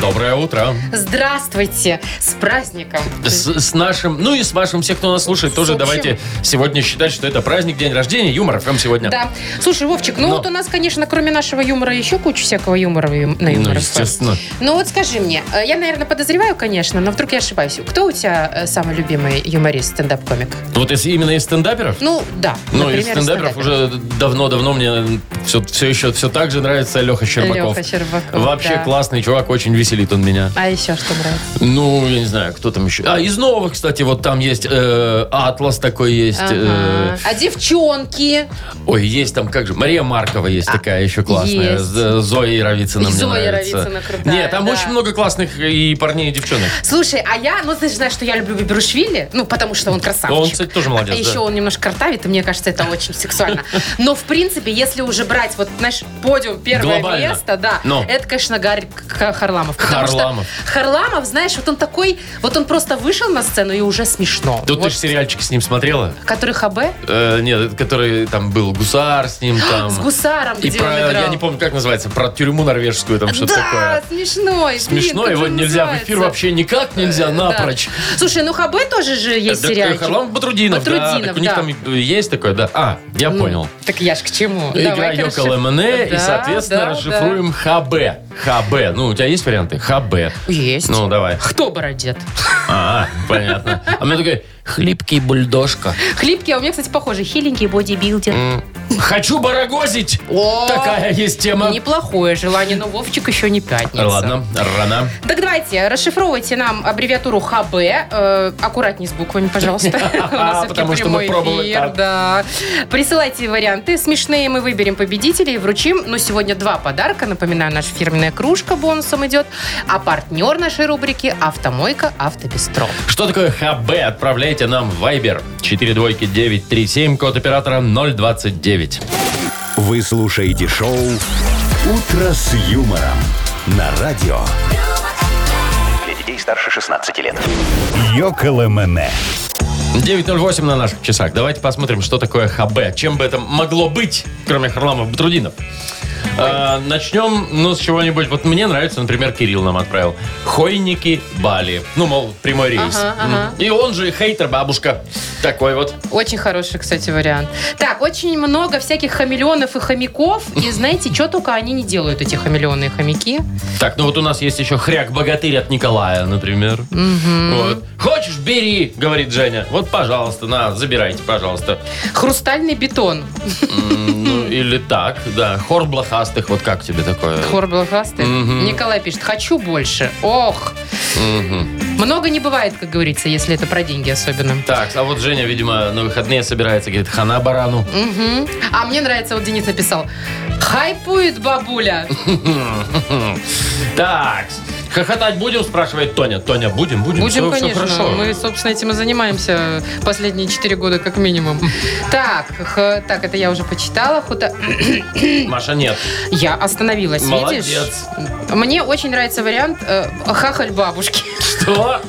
Speaker 2: Доброе утро.
Speaker 3: Здравствуйте! С праздником!
Speaker 2: С, с нашим, ну и с вашим, всех, кто нас слушает, тоже
Speaker 3: В общем-
Speaker 2: давайте сегодня считать, что это праздник, день рождения, юмор ФМ сегодня.
Speaker 3: Да. Слушай, Вовчик, ну
Speaker 2: Но.
Speaker 3: вот у нас, конечно, кроме нашего юмора, еще куча всякого юмора в ю-
Speaker 2: Ну,
Speaker 3: на юмор.
Speaker 2: естественно.
Speaker 3: Ну вот скажи мне, э, я, наверное, подозреваю, конечно, но вдруг я ошибаюсь. Кто у тебя э, самый любимый юморист, стендап-комик?
Speaker 2: Ну, Вот если именно из стендаперов?
Speaker 3: Ну, да.
Speaker 2: Ну,
Speaker 3: например,
Speaker 2: из стендаперов уже давно-давно мне все, еще все так же нравится Леха Щербаков.
Speaker 3: Лёха Щербаков,
Speaker 2: Вообще
Speaker 3: да.
Speaker 2: классный чувак, очень веселит он меня.
Speaker 3: А еще что нравится?
Speaker 2: Ну, я не знаю, кто там еще. А, из новых, кстати, вот там есть э, Атлас такой есть. э,
Speaker 3: Ага. А девчонки?
Speaker 2: ой, есть там, как же, Мария Маркова есть такая еще классная.
Speaker 3: А, есть.
Speaker 2: З- Зоя Равицына
Speaker 3: И
Speaker 2: мне
Speaker 3: Зоя
Speaker 2: нравится.
Speaker 3: Равицына крутая,
Speaker 2: Нет, там
Speaker 3: да.
Speaker 2: очень много классных и парней, и девчонок.
Speaker 3: Слушай, а я, ну ты же знаешь, что я люблю Биберушвили, ну потому что он красавчик.
Speaker 2: Он, кстати, тоже молодец,
Speaker 3: А
Speaker 2: да.
Speaker 3: еще он немножко картавит, и мне кажется, это очень сексуально. Но, в принципе, если уже брать, вот, знаешь, подиум, первое
Speaker 2: Глобально.
Speaker 3: место, да,
Speaker 2: Ну.
Speaker 3: это, конечно, Гарик К- Харламов. Потому что
Speaker 2: Харламов.
Speaker 3: Харламов, знаешь, вот он такой, вот он просто вышел на сцену и уже смешно.
Speaker 2: Тут ты
Speaker 3: Вот,
Speaker 2: же сериальчик с ним смотрела?
Speaker 3: Который ХБ
Speaker 2: Э, нет, который там был гусар с
Speaker 3: <gasps>
Speaker 2: ним там.
Speaker 3: с гусаром,
Speaker 2: И
Speaker 3: где
Speaker 2: про,
Speaker 3: он играл.
Speaker 2: я не помню, как называется, про тюрьму норвежскую, там что-то
Speaker 3: да,
Speaker 2: такое.
Speaker 3: смешно.
Speaker 2: Смешно, его нельзя в эфир вообще никак нельзя, напрочь.
Speaker 3: Слушай, ну ХБ тоже же есть
Speaker 2: Да,
Speaker 3: Э, сериальчик.
Speaker 2: Харламов Батрудинов, да,
Speaker 3: Батрудинов,
Speaker 2: так у них
Speaker 3: да.
Speaker 2: там э, есть такое, да. А, я
Speaker 3: Ну,
Speaker 2: понял.
Speaker 3: Так я ж к чему?
Speaker 2: Игра
Speaker 3: Давай-ка
Speaker 2: Йокол
Speaker 3: расшиф-
Speaker 2: М&М, и,
Speaker 3: Да,
Speaker 2: соответственно,
Speaker 3: да,
Speaker 2: расшифруем ХБ. ХБ. Ну, у тебя есть варианты? ХБ.
Speaker 3: да. Есть.
Speaker 2: Ну, давай.
Speaker 3: Кто бородет?
Speaker 2: А, понятно. А у меня такой хлипкий бульдожка.
Speaker 3: Хлипкий, а у меня, кстати, похоже. Хиленький бодибилдер.
Speaker 2: М, Хочу барагозить!
Speaker 3: О,
Speaker 2: Такая есть тема.
Speaker 3: Неплохое желание, но Вовчик еще не пятница.
Speaker 2: Ладно, рано.
Speaker 3: Так давайте, расшифровывайте нам аббревиатуру ХБ. Э, аккуратнее с буквами,
Speaker 2: <laughs>
Speaker 3: пожалуйста. У нас всё-таки
Speaker 2: Потому что мы
Speaker 3: прямой
Speaker 2: пробовали
Speaker 3: эфир,
Speaker 2: так.
Speaker 3: Да. Присылайте варианты. Смешные мы выберем победителей и вручим. Ну, сегодня два подарка. Напоминаю, наша фирменная кружка бонусом идет. А партнер нашей рубрики – «Автомойка Автобестро».
Speaker 2: Что такое ХБ? Отправляйте нам в Viber. 4 двойки 937, код оператора 029.
Speaker 1: Вы слушаете шоу «Утро с юмором» на радио
Speaker 4: Для детей старше 16 лет.
Speaker 1: «Йоколэмэне».
Speaker 2: 9.08 на наших часах. Давайте посмотрим, что такое ХБ. Чем бы это могло быть, кроме Харламов Батрудинов. А, начнем, ну, с чего-нибудь. Вот мне нравится, например, Кирилл нам отправил. Хойники Бали. Ну, мол, прямой рейс.
Speaker 3: Ага, ага.
Speaker 2: М. И он же хейтер-бабушка. Такой вот.
Speaker 3: Очень хороший, кстати, вариант. Так, очень много всяких хамелеонов и хомяков. И знаете, что только они не делают, эти хамелеоны и хомяки.
Speaker 2: Так, ну вот у нас есть еще хряк-богатырь от Николая, например. Вот. Хочешь, бери, говорит Женя. Вот, пожалуйста, на, забирайте, пожалуйста.
Speaker 3: Хрустальный бетон.
Speaker 2: М, Ну, или так, да. Хор блохастых, вот как тебе такое?
Speaker 3: Хор блохастый.
Speaker 2: Мгм.
Speaker 3: Николай пишет, хочу больше. Ох.
Speaker 2: Мгм.
Speaker 3: Много не бывает, как говорится, если это про деньги особенно.
Speaker 2: Так, а вот Женя, видимо, на выходные собирается, говорит, хана барану.
Speaker 3: Мгм. А мне нравится, вот Денис написал, хайпует бабуля.
Speaker 2: Так, хохотать будем, спрашивает Тоня. Тоня, будем, будем,
Speaker 3: Будем,
Speaker 2: Всё- всё
Speaker 3: конечно.
Speaker 2: хорошо.
Speaker 3: Мы, собственно, этим и занимаемся последние 4 года как минимум. Так, х- так, это я уже почитала. Хута-
Speaker 2: Маша, нет.
Speaker 3: Я остановилась,
Speaker 2: Молодец.
Speaker 3: видишь? Мне очень нравится вариант э, хахаль бабушки.
Speaker 2: Что?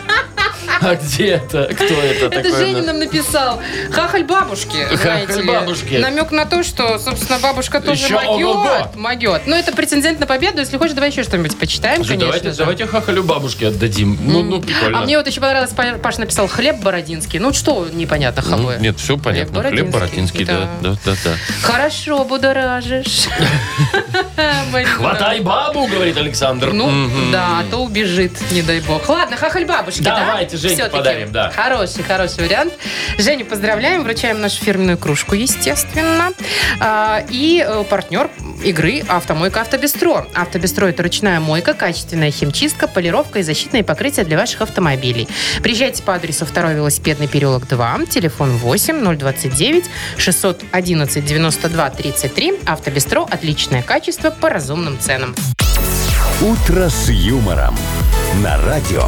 Speaker 2: А где это? Кто это такой?
Speaker 3: Это Женя нам написал. Хахаль бабушки, знаете ли.
Speaker 2: бабушки.
Speaker 3: Намек на то, что, собственно, бабушка тоже
Speaker 2: Ещё ого-го.
Speaker 3: могет. Могет. Но это претендент на победу. Если хочешь, давай еще что-нибудь почитаем,
Speaker 2: Слушай,
Speaker 3: конечно
Speaker 2: давайте,
Speaker 3: же.
Speaker 2: давайте хахалю бабушке отдадим. Ну, ну, прикольно.
Speaker 3: А мне вот еще понравилось, Па- Паш написал хлеб бородинский. Ну что непонятно,
Speaker 2: Ну,
Speaker 3: хавой.
Speaker 2: нет, все понятно. Хлеб бородинский, да, да, да, да.
Speaker 3: Хорошо, будоражишь. <laughs> Марина.
Speaker 2: Хватай бабу, говорит Александр.
Speaker 3: Ну,
Speaker 2: Мгм.
Speaker 3: да, а то убежит, не дай бог. Ладно, хахаль бабушки, да?
Speaker 2: Давайте Женьке
Speaker 3: Всё-таки.
Speaker 2: подарим, да.
Speaker 3: Хороший, хороший вариант. Женю поздравляем, вручаем нашу фирменную кружку, естественно. А, И э, партнер игры «Автомойка Автобестро». «Автобестро» — это ручная мойка, качественная химчистка, полировка и защитные покрытия для ваших автомобилей. Приезжайте по адресу 2 велосипедный переулок 2, телефон 8 029 611 92 33. «Автобестро» — отличное качество по разумным ценам.
Speaker 1: «Утро с юмором» на радио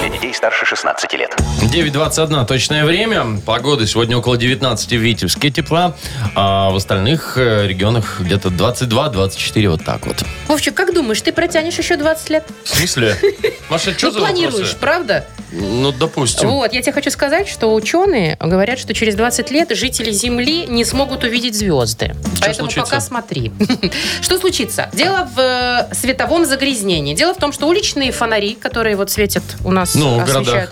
Speaker 4: Для детей старше 16 лет.
Speaker 2: 9.21 точное время. Погода сегодня около 19 в Витебске тепла, а в остальных э, регионах где-то 22-24 вот так вот.
Speaker 3: Вовчик, как думаешь, ты протянешь еще 20 лет?
Speaker 2: В смысле? Маша, что
Speaker 3: ну,
Speaker 2: за
Speaker 3: планируешь,
Speaker 2: вопросы?
Speaker 3: правда?
Speaker 2: Ну, допустим.
Speaker 3: Вот, я тебе хочу сказать, что ученые говорят, что через 20 лет жители Земли не смогут увидеть звезды. Поэтому
Speaker 2: случится?
Speaker 3: пока смотри. <laughs> Что случится? Дело в э, световом загрязнении. Дело в том, что уличные фонари, которые вот светят у нас,
Speaker 2: Ну, в
Speaker 3: освещают,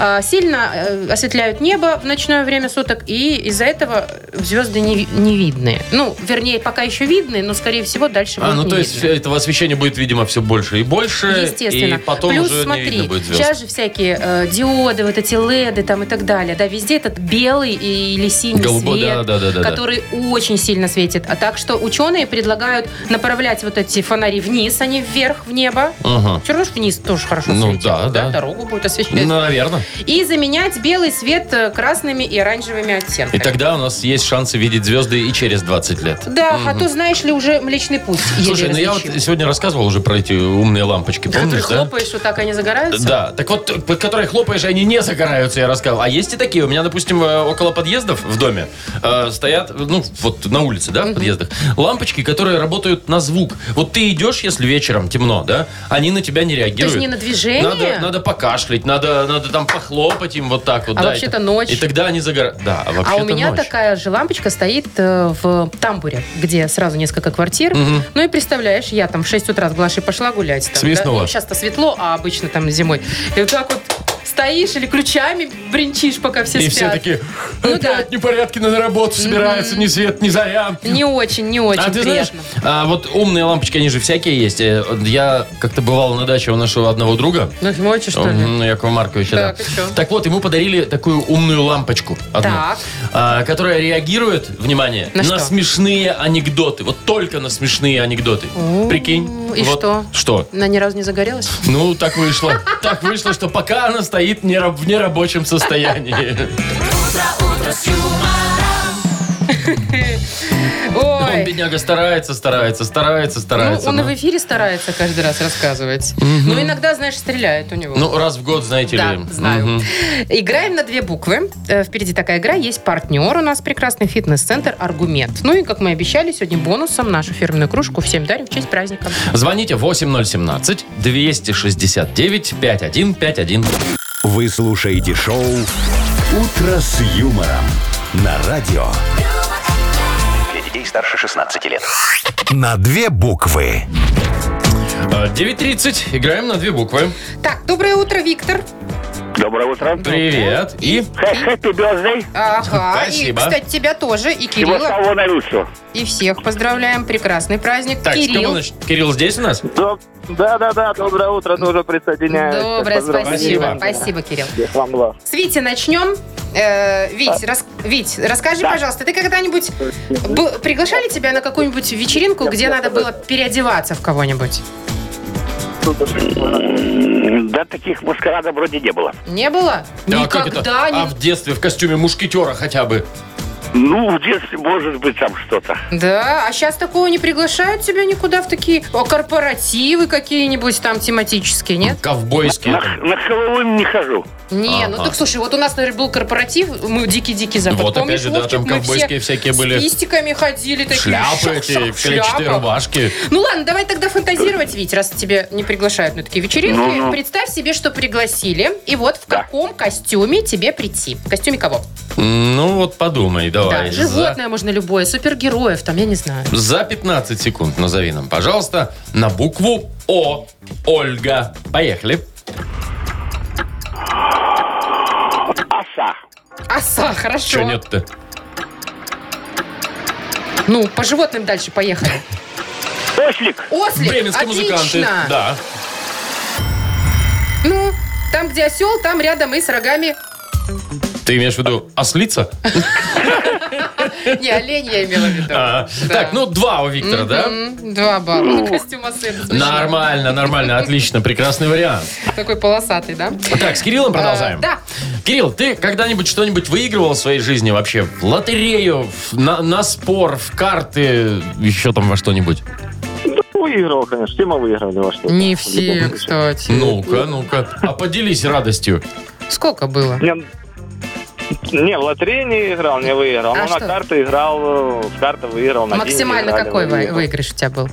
Speaker 3: э, сильно э, осветляют небо в ночное время суток, и из-за этого звезды не, ви- не видны. Ну, вернее, пока еще видны, но, скорее всего, дальше
Speaker 2: А,
Speaker 3: будут
Speaker 2: ну
Speaker 3: не
Speaker 2: то есть
Speaker 3: видны.
Speaker 2: этого освещения будет, видимо, все больше и больше.
Speaker 3: Естественно.
Speaker 2: Э, И потом
Speaker 3: Плюс,
Speaker 2: уже
Speaker 3: смотри,
Speaker 2: не видно будет звезд.
Speaker 3: сейчас же всякие э, диоды, вот эти леды там и так далее. Да, везде этот белый и- или синий
Speaker 2: Голубой,
Speaker 3: свет,
Speaker 2: да, да, да, да, да.
Speaker 3: который очень сильно светит. А так что ученые предлагают направлять вот эти фонари вниз, а не вверх в небо.
Speaker 2: Ага.
Speaker 3: Все равно ж вниз тоже хорошо
Speaker 2: Ну
Speaker 3: светит.
Speaker 2: да, да.
Speaker 3: Дорогу будет освещать.
Speaker 2: Ну, наверное.
Speaker 3: И заменять белый свет э, красными и оранжевыми
Speaker 2: И
Speaker 3: оттенками.
Speaker 2: тогда у нас есть шансы видеть звезды и через 20 лет.
Speaker 3: Да, а то, знаешь ли, уже Млечный Путь еле
Speaker 2: Слушай, ну я вот
Speaker 3: различим.
Speaker 2: сегодня рассказывал уже про эти умные лампочки,
Speaker 3: Которые
Speaker 2: помнишь, да?
Speaker 3: хлопаешь, вот так они загораются?
Speaker 2: Да, так вот, э, как которые хлопаешь, и они не загораются, я рассказывал. А есть и такие. У меня, допустим, э, около подъездов в доме э, стоят, ну, вот на улице, да, в подъездах, лампочки, которые работают на звук. Вот ты идешь, если вечером темно, да, они на тебя не реагируют.
Speaker 3: не на движение?
Speaker 2: Надо, надо покашлять, надо, надо там похлопать им вот так вот.
Speaker 3: А
Speaker 2: да, и
Speaker 3: вообще-то
Speaker 2: так-
Speaker 3: ночь.
Speaker 2: И тогда они загорают. Да, а
Speaker 3: А
Speaker 2: вообще-то
Speaker 3: у меня
Speaker 2: ночь.
Speaker 3: такая же лампочка стоит э, в тамбуре, где сразу несколько квартир. Ну и представляешь, я там в 6 утра с Глашей пошла гулять. Там,
Speaker 2: Свистнула.
Speaker 3: Сейчас-то светло, а обычно там зимой. И вот так вот стоишь или ключами бренчишь, пока все
Speaker 2: И
Speaker 3: спят.
Speaker 2: все такие,
Speaker 3: Ну
Speaker 2: опять
Speaker 3: да.
Speaker 2: непорядки на работу собираются, ни свет, ни заря.
Speaker 3: Не очень, не очень
Speaker 2: а ты знаешь,
Speaker 3: приятно.
Speaker 2: а, вот умные лампочки, они же всякие есть. Э, Я как-то бывал на даче у нашего одного друга,
Speaker 3: Ну, их мочи, что ли?
Speaker 2: Мгм, Якова Марковича,
Speaker 3: Так,
Speaker 2: да.
Speaker 3: и чё?
Speaker 2: Так вот, ему подарили такую умную лампочку одну,
Speaker 3: Так.
Speaker 2: а, которая реагирует, внимание,
Speaker 3: На что?
Speaker 2: смешные анекдоты. Вот только на смешные анекдоты. Прикинь.
Speaker 3: и
Speaker 2: вот
Speaker 3: что?
Speaker 2: Что?
Speaker 3: Она ни разу не загорелась?
Speaker 2: Ну, так вышло. Так вышло, что пока она стоит в нераб- в нерабочем состоянии. Он,
Speaker 3: Ой.
Speaker 2: бедняга, старается, старается, старается,
Speaker 3: Ну,
Speaker 2: старается.
Speaker 3: он и
Speaker 2: но-
Speaker 3: в эфире старается каждый раз рассказывать. Но иногда, знаешь, стреляет у него.
Speaker 2: Ну, раз в год, знаете
Speaker 3: Да,
Speaker 2: ли.
Speaker 3: знаю.
Speaker 2: Мгм.
Speaker 3: Играем на две буквы. Э, Впереди такая игра. Есть партнер у нас прекрасный фитнес-центр «Аргумент». Ну и, как мы и обещали, сегодня бонусом нашу фирменную кружку всем дарим в честь праздника.
Speaker 2: Звоните 8017-269-5151.
Speaker 1: Вы слушаете шоу «Утро с юмором» на радио.
Speaker 4: Для детей старше 16 лет.
Speaker 1: На две буквы.
Speaker 2: Э, 9.30. Играем на две буквы.
Speaker 3: Так, доброе утро, Виктор.
Speaker 5: Доброе утро.
Speaker 2: Привет. И
Speaker 5: Хэппи birthday.
Speaker 2: <laughs>
Speaker 3: Ага.
Speaker 2: Спасибо.
Speaker 3: И, кстати, тебя тоже, и
Speaker 5: Всего
Speaker 3: Кирилла,
Speaker 5: самого наилучшего.
Speaker 3: и всех поздравляем. Прекрасный праздник.
Speaker 2: так, с кого
Speaker 3: Кирилл.
Speaker 2: начнем? Кирилл здесь у нас?
Speaker 5: Да, да, да, доброе утро, тоже присоединяюсь.
Speaker 3: Доброе, спасибо.
Speaker 2: Спасибо.
Speaker 3: Спасибо, Кирилл.
Speaker 5: Всех вам благ.
Speaker 3: С Вити начнем. Э, Вить, рас- Вить, расскажи, пожалуйста, ты когда-нибудь б- приглашали тебя на какую-нибудь вечеринку, где надо было переодеваться в кого-нибудь?
Speaker 5: М, Да, таких маскарадов вроде не было.
Speaker 3: Не было?
Speaker 2: Да, а как это?
Speaker 3: Никогда
Speaker 2: А
Speaker 3: не...
Speaker 2: в детстве в костюме мушкетера хотя бы.
Speaker 5: Ну, в детстве, может быть, там что-то.
Speaker 3: Да, а сейчас такого не приглашают тебя никуда в такие о, корпоративы какие-нибудь там тематические, нет?
Speaker 2: Ковбойские.
Speaker 5: На,
Speaker 2: там.
Speaker 5: на Хэллоуин не хожу.
Speaker 3: Не, ну
Speaker 2: Ага. Ну
Speaker 3: так слушай, вот у нас, например, был корпоратив, мы дикий-дикий запад.
Speaker 2: Вот опять
Speaker 3: Помнишь,
Speaker 2: же, да,
Speaker 3: Вовчик,
Speaker 2: там
Speaker 3: мы
Speaker 2: ковбойские
Speaker 3: все
Speaker 2: всякие были.
Speaker 3: С листиками ходили такие.
Speaker 2: Шляпы
Speaker 3: шах-шах,
Speaker 2: эти, клетчатые
Speaker 3: шляпа.
Speaker 2: рубашки.
Speaker 3: Ну ладно, давай тогда фантазировать, Вить, раз тебя не приглашают на такие вечеринки.
Speaker 5: Ну-ну.
Speaker 3: Представь себе, что пригласили, и вот в
Speaker 5: Да.
Speaker 3: каком костюме тебе прийти. В костюме кого?
Speaker 2: Ну вот подумай, давай.
Speaker 3: да,
Speaker 2: За-
Speaker 3: животное можно любое, супергероев, там, я не знаю.
Speaker 2: За 15 секунд назови нам, пожалуйста, на букву О. Ольга. Поехали.
Speaker 5: Оса.
Speaker 3: Оса, А, хорошо.
Speaker 2: Че нет-то?
Speaker 3: Ну, по животным дальше поехали.
Speaker 5: Ослик.
Speaker 3: Ослик,
Speaker 2: Бременские
Speaker 3: отлично.
Speaker 2: музыканты. Да.
Speaker 3: Ну, там, где осел, там рядом и с рогами.
Speaker 2: Ты имеешь в виду ослица?
Speaker 3: Не, олень я имела в виду.
Speaker 2: А,
Speaker 3: Да.
Speaker 2: Так, ну два у Виктора, да?
Speaker 3: М, Два балла. Ну, Костюм осы.
Speaker 2: Нормально, нормально, отлично, прекрасный вариант.
Speaker 3: Такой полосатый, да?
Speaker 2: Так, с Кириллом продолжаем.
Speaker 3: А, да.
Speaker 2: Кирилл, ты когда-нибудь что-нибудь выигрывал в своей жизни вообще? В лотерею, в- на, на спор, в карты, еще там во что-нибудь?
Speaker 5: Выиграл, конечно. Все мы выиграли во что
Speaker 3: Не все, кстати.
Speaker 2: Ну-ка, ну-ка. А поделись радостью.
Speaker 3: Сколько было?
Speaker 5: Не, не, в лотерею не играл, не выиграл.
Speaker 3: А
Speaker 5: Но
Speaker 3: что?
Speaker 5: на карты играл, э, в карты выиграл. На
Speaker 3: Максимально
Speaker 5: деньги играли,
Speaker 3: какой вы-
Speaker 5: выиграл.
Speaker 3: выигрыш у тебя был?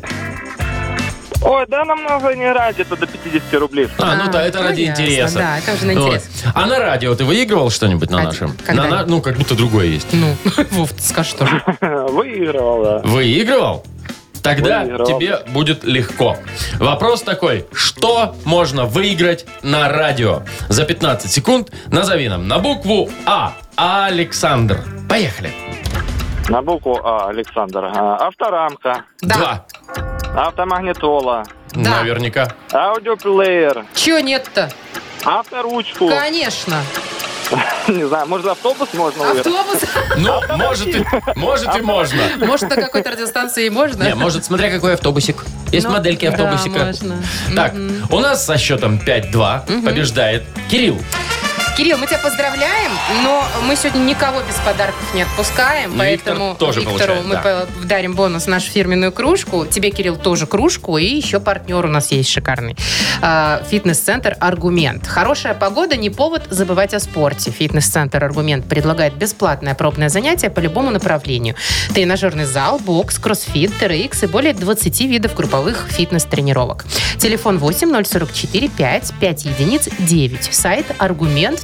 Speaker 5: Ой, да, намного не играть, это до 50 рублей. <laughs>
Speaker 2: А, ну да, это ради
Speaker 3: ясно,
Speaker 2: интереса.
Speaker 3: Да, это уже на
Speaker 2: Вот.
Speaker 3: интерес.
Speaker 2: А на радио ты выигрывал что-нибудь на
Speaker 3: А,
Speaker 2: нашем?
Speaker 3: когда?
Speaker 2: На на- ну, как будто другое есть.
Speaker 3: Ну, <laughs> Вов, ты скажешь, что же.
Speaker 5: Выиграл, да.
Speaker 2: Выигрывал? Тогда
Speaker 5: Выиграл.
Speaker 2: тебе будет легко. Вопрос такой. Что можно выиграть на радио? За 15 секунд назови нам на букву А. Александр. Поехали.
Speaker 5: На букву А, Александр. А, Авторамка,
Speaker 3: Да.
Speaker 2: Два.
Speaker 5: автомагнитола,
Speaker 3: Да.
Speaker 2: Наверняка.
Speaker 5: аудиоплеер,
Speaker 3: Чего нет-то?
Speaker 5: авторучку.
Speaker 3: Конечно.
Speaker 5: <laughs> Не знаю, может автобус можно выиграть?
Speaker 3: Автобус. <laughs>
Speaker 2: Ну, может и, может и можно.
Speaker 3: Может, на какой-то радиостанции и можно?
Speaker 2: Не, может, смотря какой автобусик. Есть
Speaker 3: Ну,
Speaker 2: модельки
Speaker 3: да,
Speaker 2: автобусика.
Speaker 3: можно.
Speaker 2: Так, у нас со счетом 5-2 побеждает Кирилл.
Speaker 3: Кирилл, мы тебя поздравляем, но мы сегодня никого без подарков не отпускаем,
Speaker 2: И
Speaker 3: поэтому
Speaker 2: Виктор тоже
Speaker 3: Виктору
Speaker 2: получает,
Speaker 3: мы
Speaker 2: да.
Speaker 3: по- дарим бонус нашу фирменную кружку. Тебе, Кирилл, тоже кружку, и еще партнер у нас есть шикарный. А, Фитнес-центр «Аргумент». Хорошая погода – не повод забывать о спорте. Фитнес-центр «Аргумент» предлагает бесплатное пробное занятие по любому направлению. Тренажерный зал, бокс, кроссфит, TRX и более 20 видов групповых фитнес-тренировок. Телефон 8 044 5 5 единиц 9. Сайт аргумент.бай.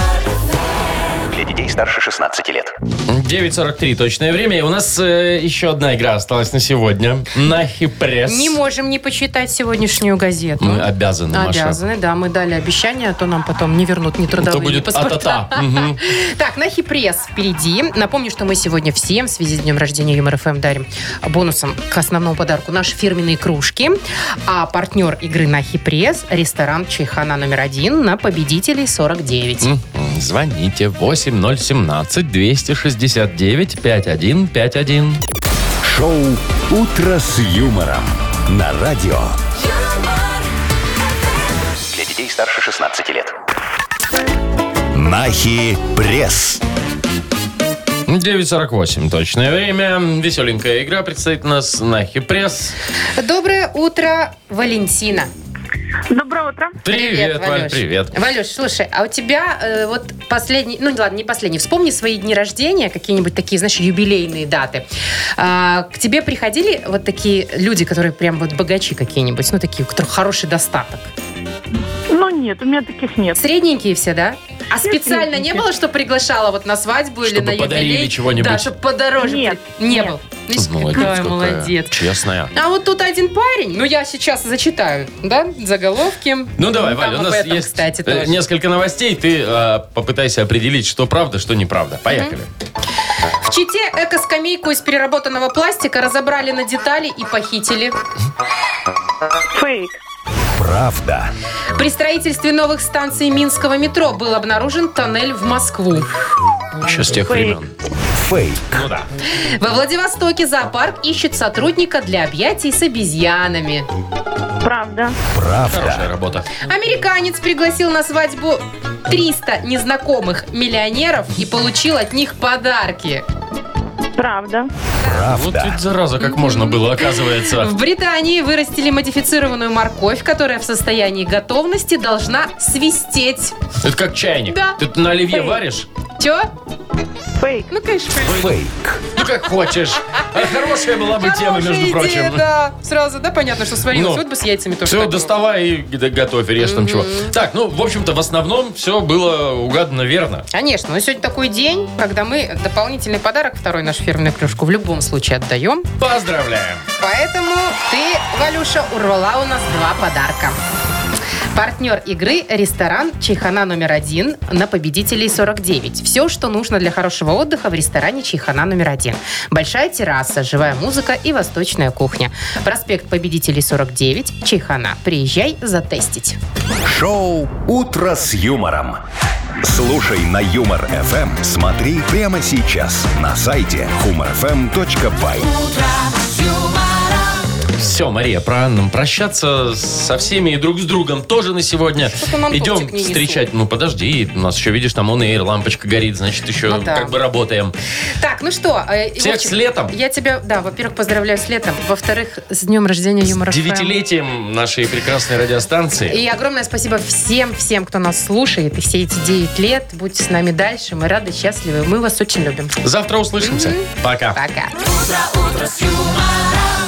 Speaker 4: Для детей старше 16 лет.
Speaker 2: 9.43 точное время. И у нас э, еще одна игра осталась на сегодня. На хипресс.
Speaker 3: Не можем не почитать сегодняшнюю газету.
Speaker 2: Мы обязаны, Маша.
Speaker 3: Обязаны, да. Мы дали обещание, а то нам потом не вернут ни трудовые,
Speaker 2: То
Speaker 3: ни
Speaker 2: будет
Speaker 3: паспорта.
Speaker 2: а-та-та. Мгм.
Speaker 3: Так, на пресс впереди. Напомню, что мы сегодня всем в связи с днем рождения Юмор ФМ дарим бонусом к основному подарку наши фирменные кружки. А партнер игры на пресс – ресторан Чайхана номер один на Победителей 49.
Speaker 2: Мгм. Звоните 8017-269-5151.
Speaker 1: Шоу «Утро с юмором». На радио.
Speaker 4: Для детей старше 16 лет.
Speaker 1: Нахи пресс.
Speaker 2: 9.48 точное время. Веселенькая игра предстоит у нас на хипресс.
Speaker 3: Доброе утро, Валентина.
Speaker 6: Доброе утро.
Speaker 2: Привет, Валь,
Speaker 3: Валюш.
Speaker 2: привет.
Speaker 3: Валюш, слушай, а у тебя э, вот последний, ну ладно, не последний, вспомни свои дни рождения, какие-нибудь такие, знаешь, юбилейные даты. А, к тебе приходили вот такие люди, которые прям вот богачи какие-нибудь, ну такие, у которых хороший достаток.
Speaker 6: Ну нет, у меня таких нет.
Speaker 3: Средненькие все, да? А специально не
Speaker 6: средненькие.
Speaker 3: было, что приглашала вот на свадьбу или
Speaker 2: Чтобы
Speaker 3: на юбилей?
Speaker 2: подарили чего-нибудь.
Speaker 3: Да, чтобы подороже.
Speaker 6: Нет,
Speaker 3: при- Не
Speaker 6: нет.
Speaker 3: был. Видишь, Ну, какая молодец.
Speaker 2: Честная.
Speaker 3: А вот тут один парень, ну я сейчас зачитаю, да, заголовки.
Speaker 2: Ну давай,
Speaker 3: Там
Speaker 2: Валя, у
Speaker 3: об
Speaker 2: нас
Speaker 3: этом,
Speaker 2: есть
Speaker 3: кстати,
Speaker 2: э,
Speaker 3: тоже.
Speaker 2: несколько новостей. Ты э, попытайся определить, что правда, что неправда. Поехали.
Speaker 3: В Чите эко-скамейку из переработанного пластика разобрали на детали и похитили.
Speaker 6: Фейк.
Speaker 1: Правда.
Speaker 3: При строительстве новых станций Минского метро был обнаружен тоннель в Москву.
Speaker 2: Еще с тех
Speaker 6: Фейк.
Speaker 2: времен.
Speaker 1: Фейк.
Speaker 2: Ну да.
Speaker 3: Во Владивостоке зоопарк ищет сотрудника для объятий с обезьянами.
Speaker 6: Правда.
Speaker 2: Хорошая
Speaker 1: Правда.
Speaker 2: работа.
Speaker 3: Американец пригласил на свадьбу 300 незнакомых миллионеров и получил от них подарки.
Speaker 6: Правда.
Speaker 2: Вот
Speaker 1: Правда.
Speaker 2: ведь зараза, как можно было, оказывается.
Speaker 3: В Британии вырастили модифицированную морковь, которая в состоянии готовности должна свистеть.
Speaker 2: Это как чайник.
Speaker 3: Да.
Speaker 2: Ты на оливье
Speaker 6: Фейк.
Speaker 2: варишь?
Speaker 3: Че?
Speaker 6: Фейк.
Speaker 3: Ну, конечно,
Speaker 1: Фейк.
Speaker 2: Ну как хочешь. А Хорошая была бы тема,
Speaker 3: Хорошая
Speaker 2: между
Speaker 3: идея,
Speaker 2: прочим.
Speaker 3: да. Сразу, да, понятно, что сварилось.
Speaker 2: Ну.
Speaker 3: вот бы с яйцами тоже.
Speaker 2: Все,
Speaker 3: так было.
Speaker 2: доставай и г- готовь, режь там чего. Так, ну, в общем-то, в основном все было угадано верно.
Speaker 3: Конечно, но сегодня такой день, когда мы дополнительный подарок, второй наш фирменную кружку, в любом случае отдаем.
Speaker 2: Поздравляем.
Speaker 3: Поэтому ты, Валюша, урвала у нас два подарка. Партнер игры – ресторан «Чайхана номер один» на «Победителей 49». Все, что нужно для хорошего отдыха в ресторане «Чайхана номер один». Большая терраса, живая музыка и восточная кухня. Проспект «Победителей 49», «Чайхана». Приезжай затестить.
Speaker 1: Шоу «Утро с юмором». Слушай на Юмор ФМ. Смотри прямо сейчас на сайте humorfm.by.
Speaker 2: Все, Мария, пора нам прощаться со всеми и друг с другом тоже на сегодня.
Speaker 3: Что-то нам
Speaker 2: Идем
Speaker 3: тортик не
Speaker 2: встречать. Ну, подожди, у нас еще, видишь, там он и лампочка горит, значит, еще
Speaker 3: Ну да.
Speaker 2: как бы работаем.
Speaker 3: Так, ну что, э,
Speaker 2: Всех
Speaker 3: Вовчик,
Speaker 2: с летом.
Speaker 3: Я тебя, да, во-первых, поздравляю с летом, во-вторых, с днем рождения
Speaker 2: С
Speaker 3: юмора.
Speaker 2: девятилетием нашей прекрасной радиостанции.
Speaker 3: И огромное спасибо всем, всем, кто нас слушает. И все эти 9 лет. Будьте с нами дальше. Мы рады, счастливы. Мы вас очень любим.
Speaker 2: Завтра услышимся. Пока.
Speaker 3: Пока.
Speaker 8: утро с юмором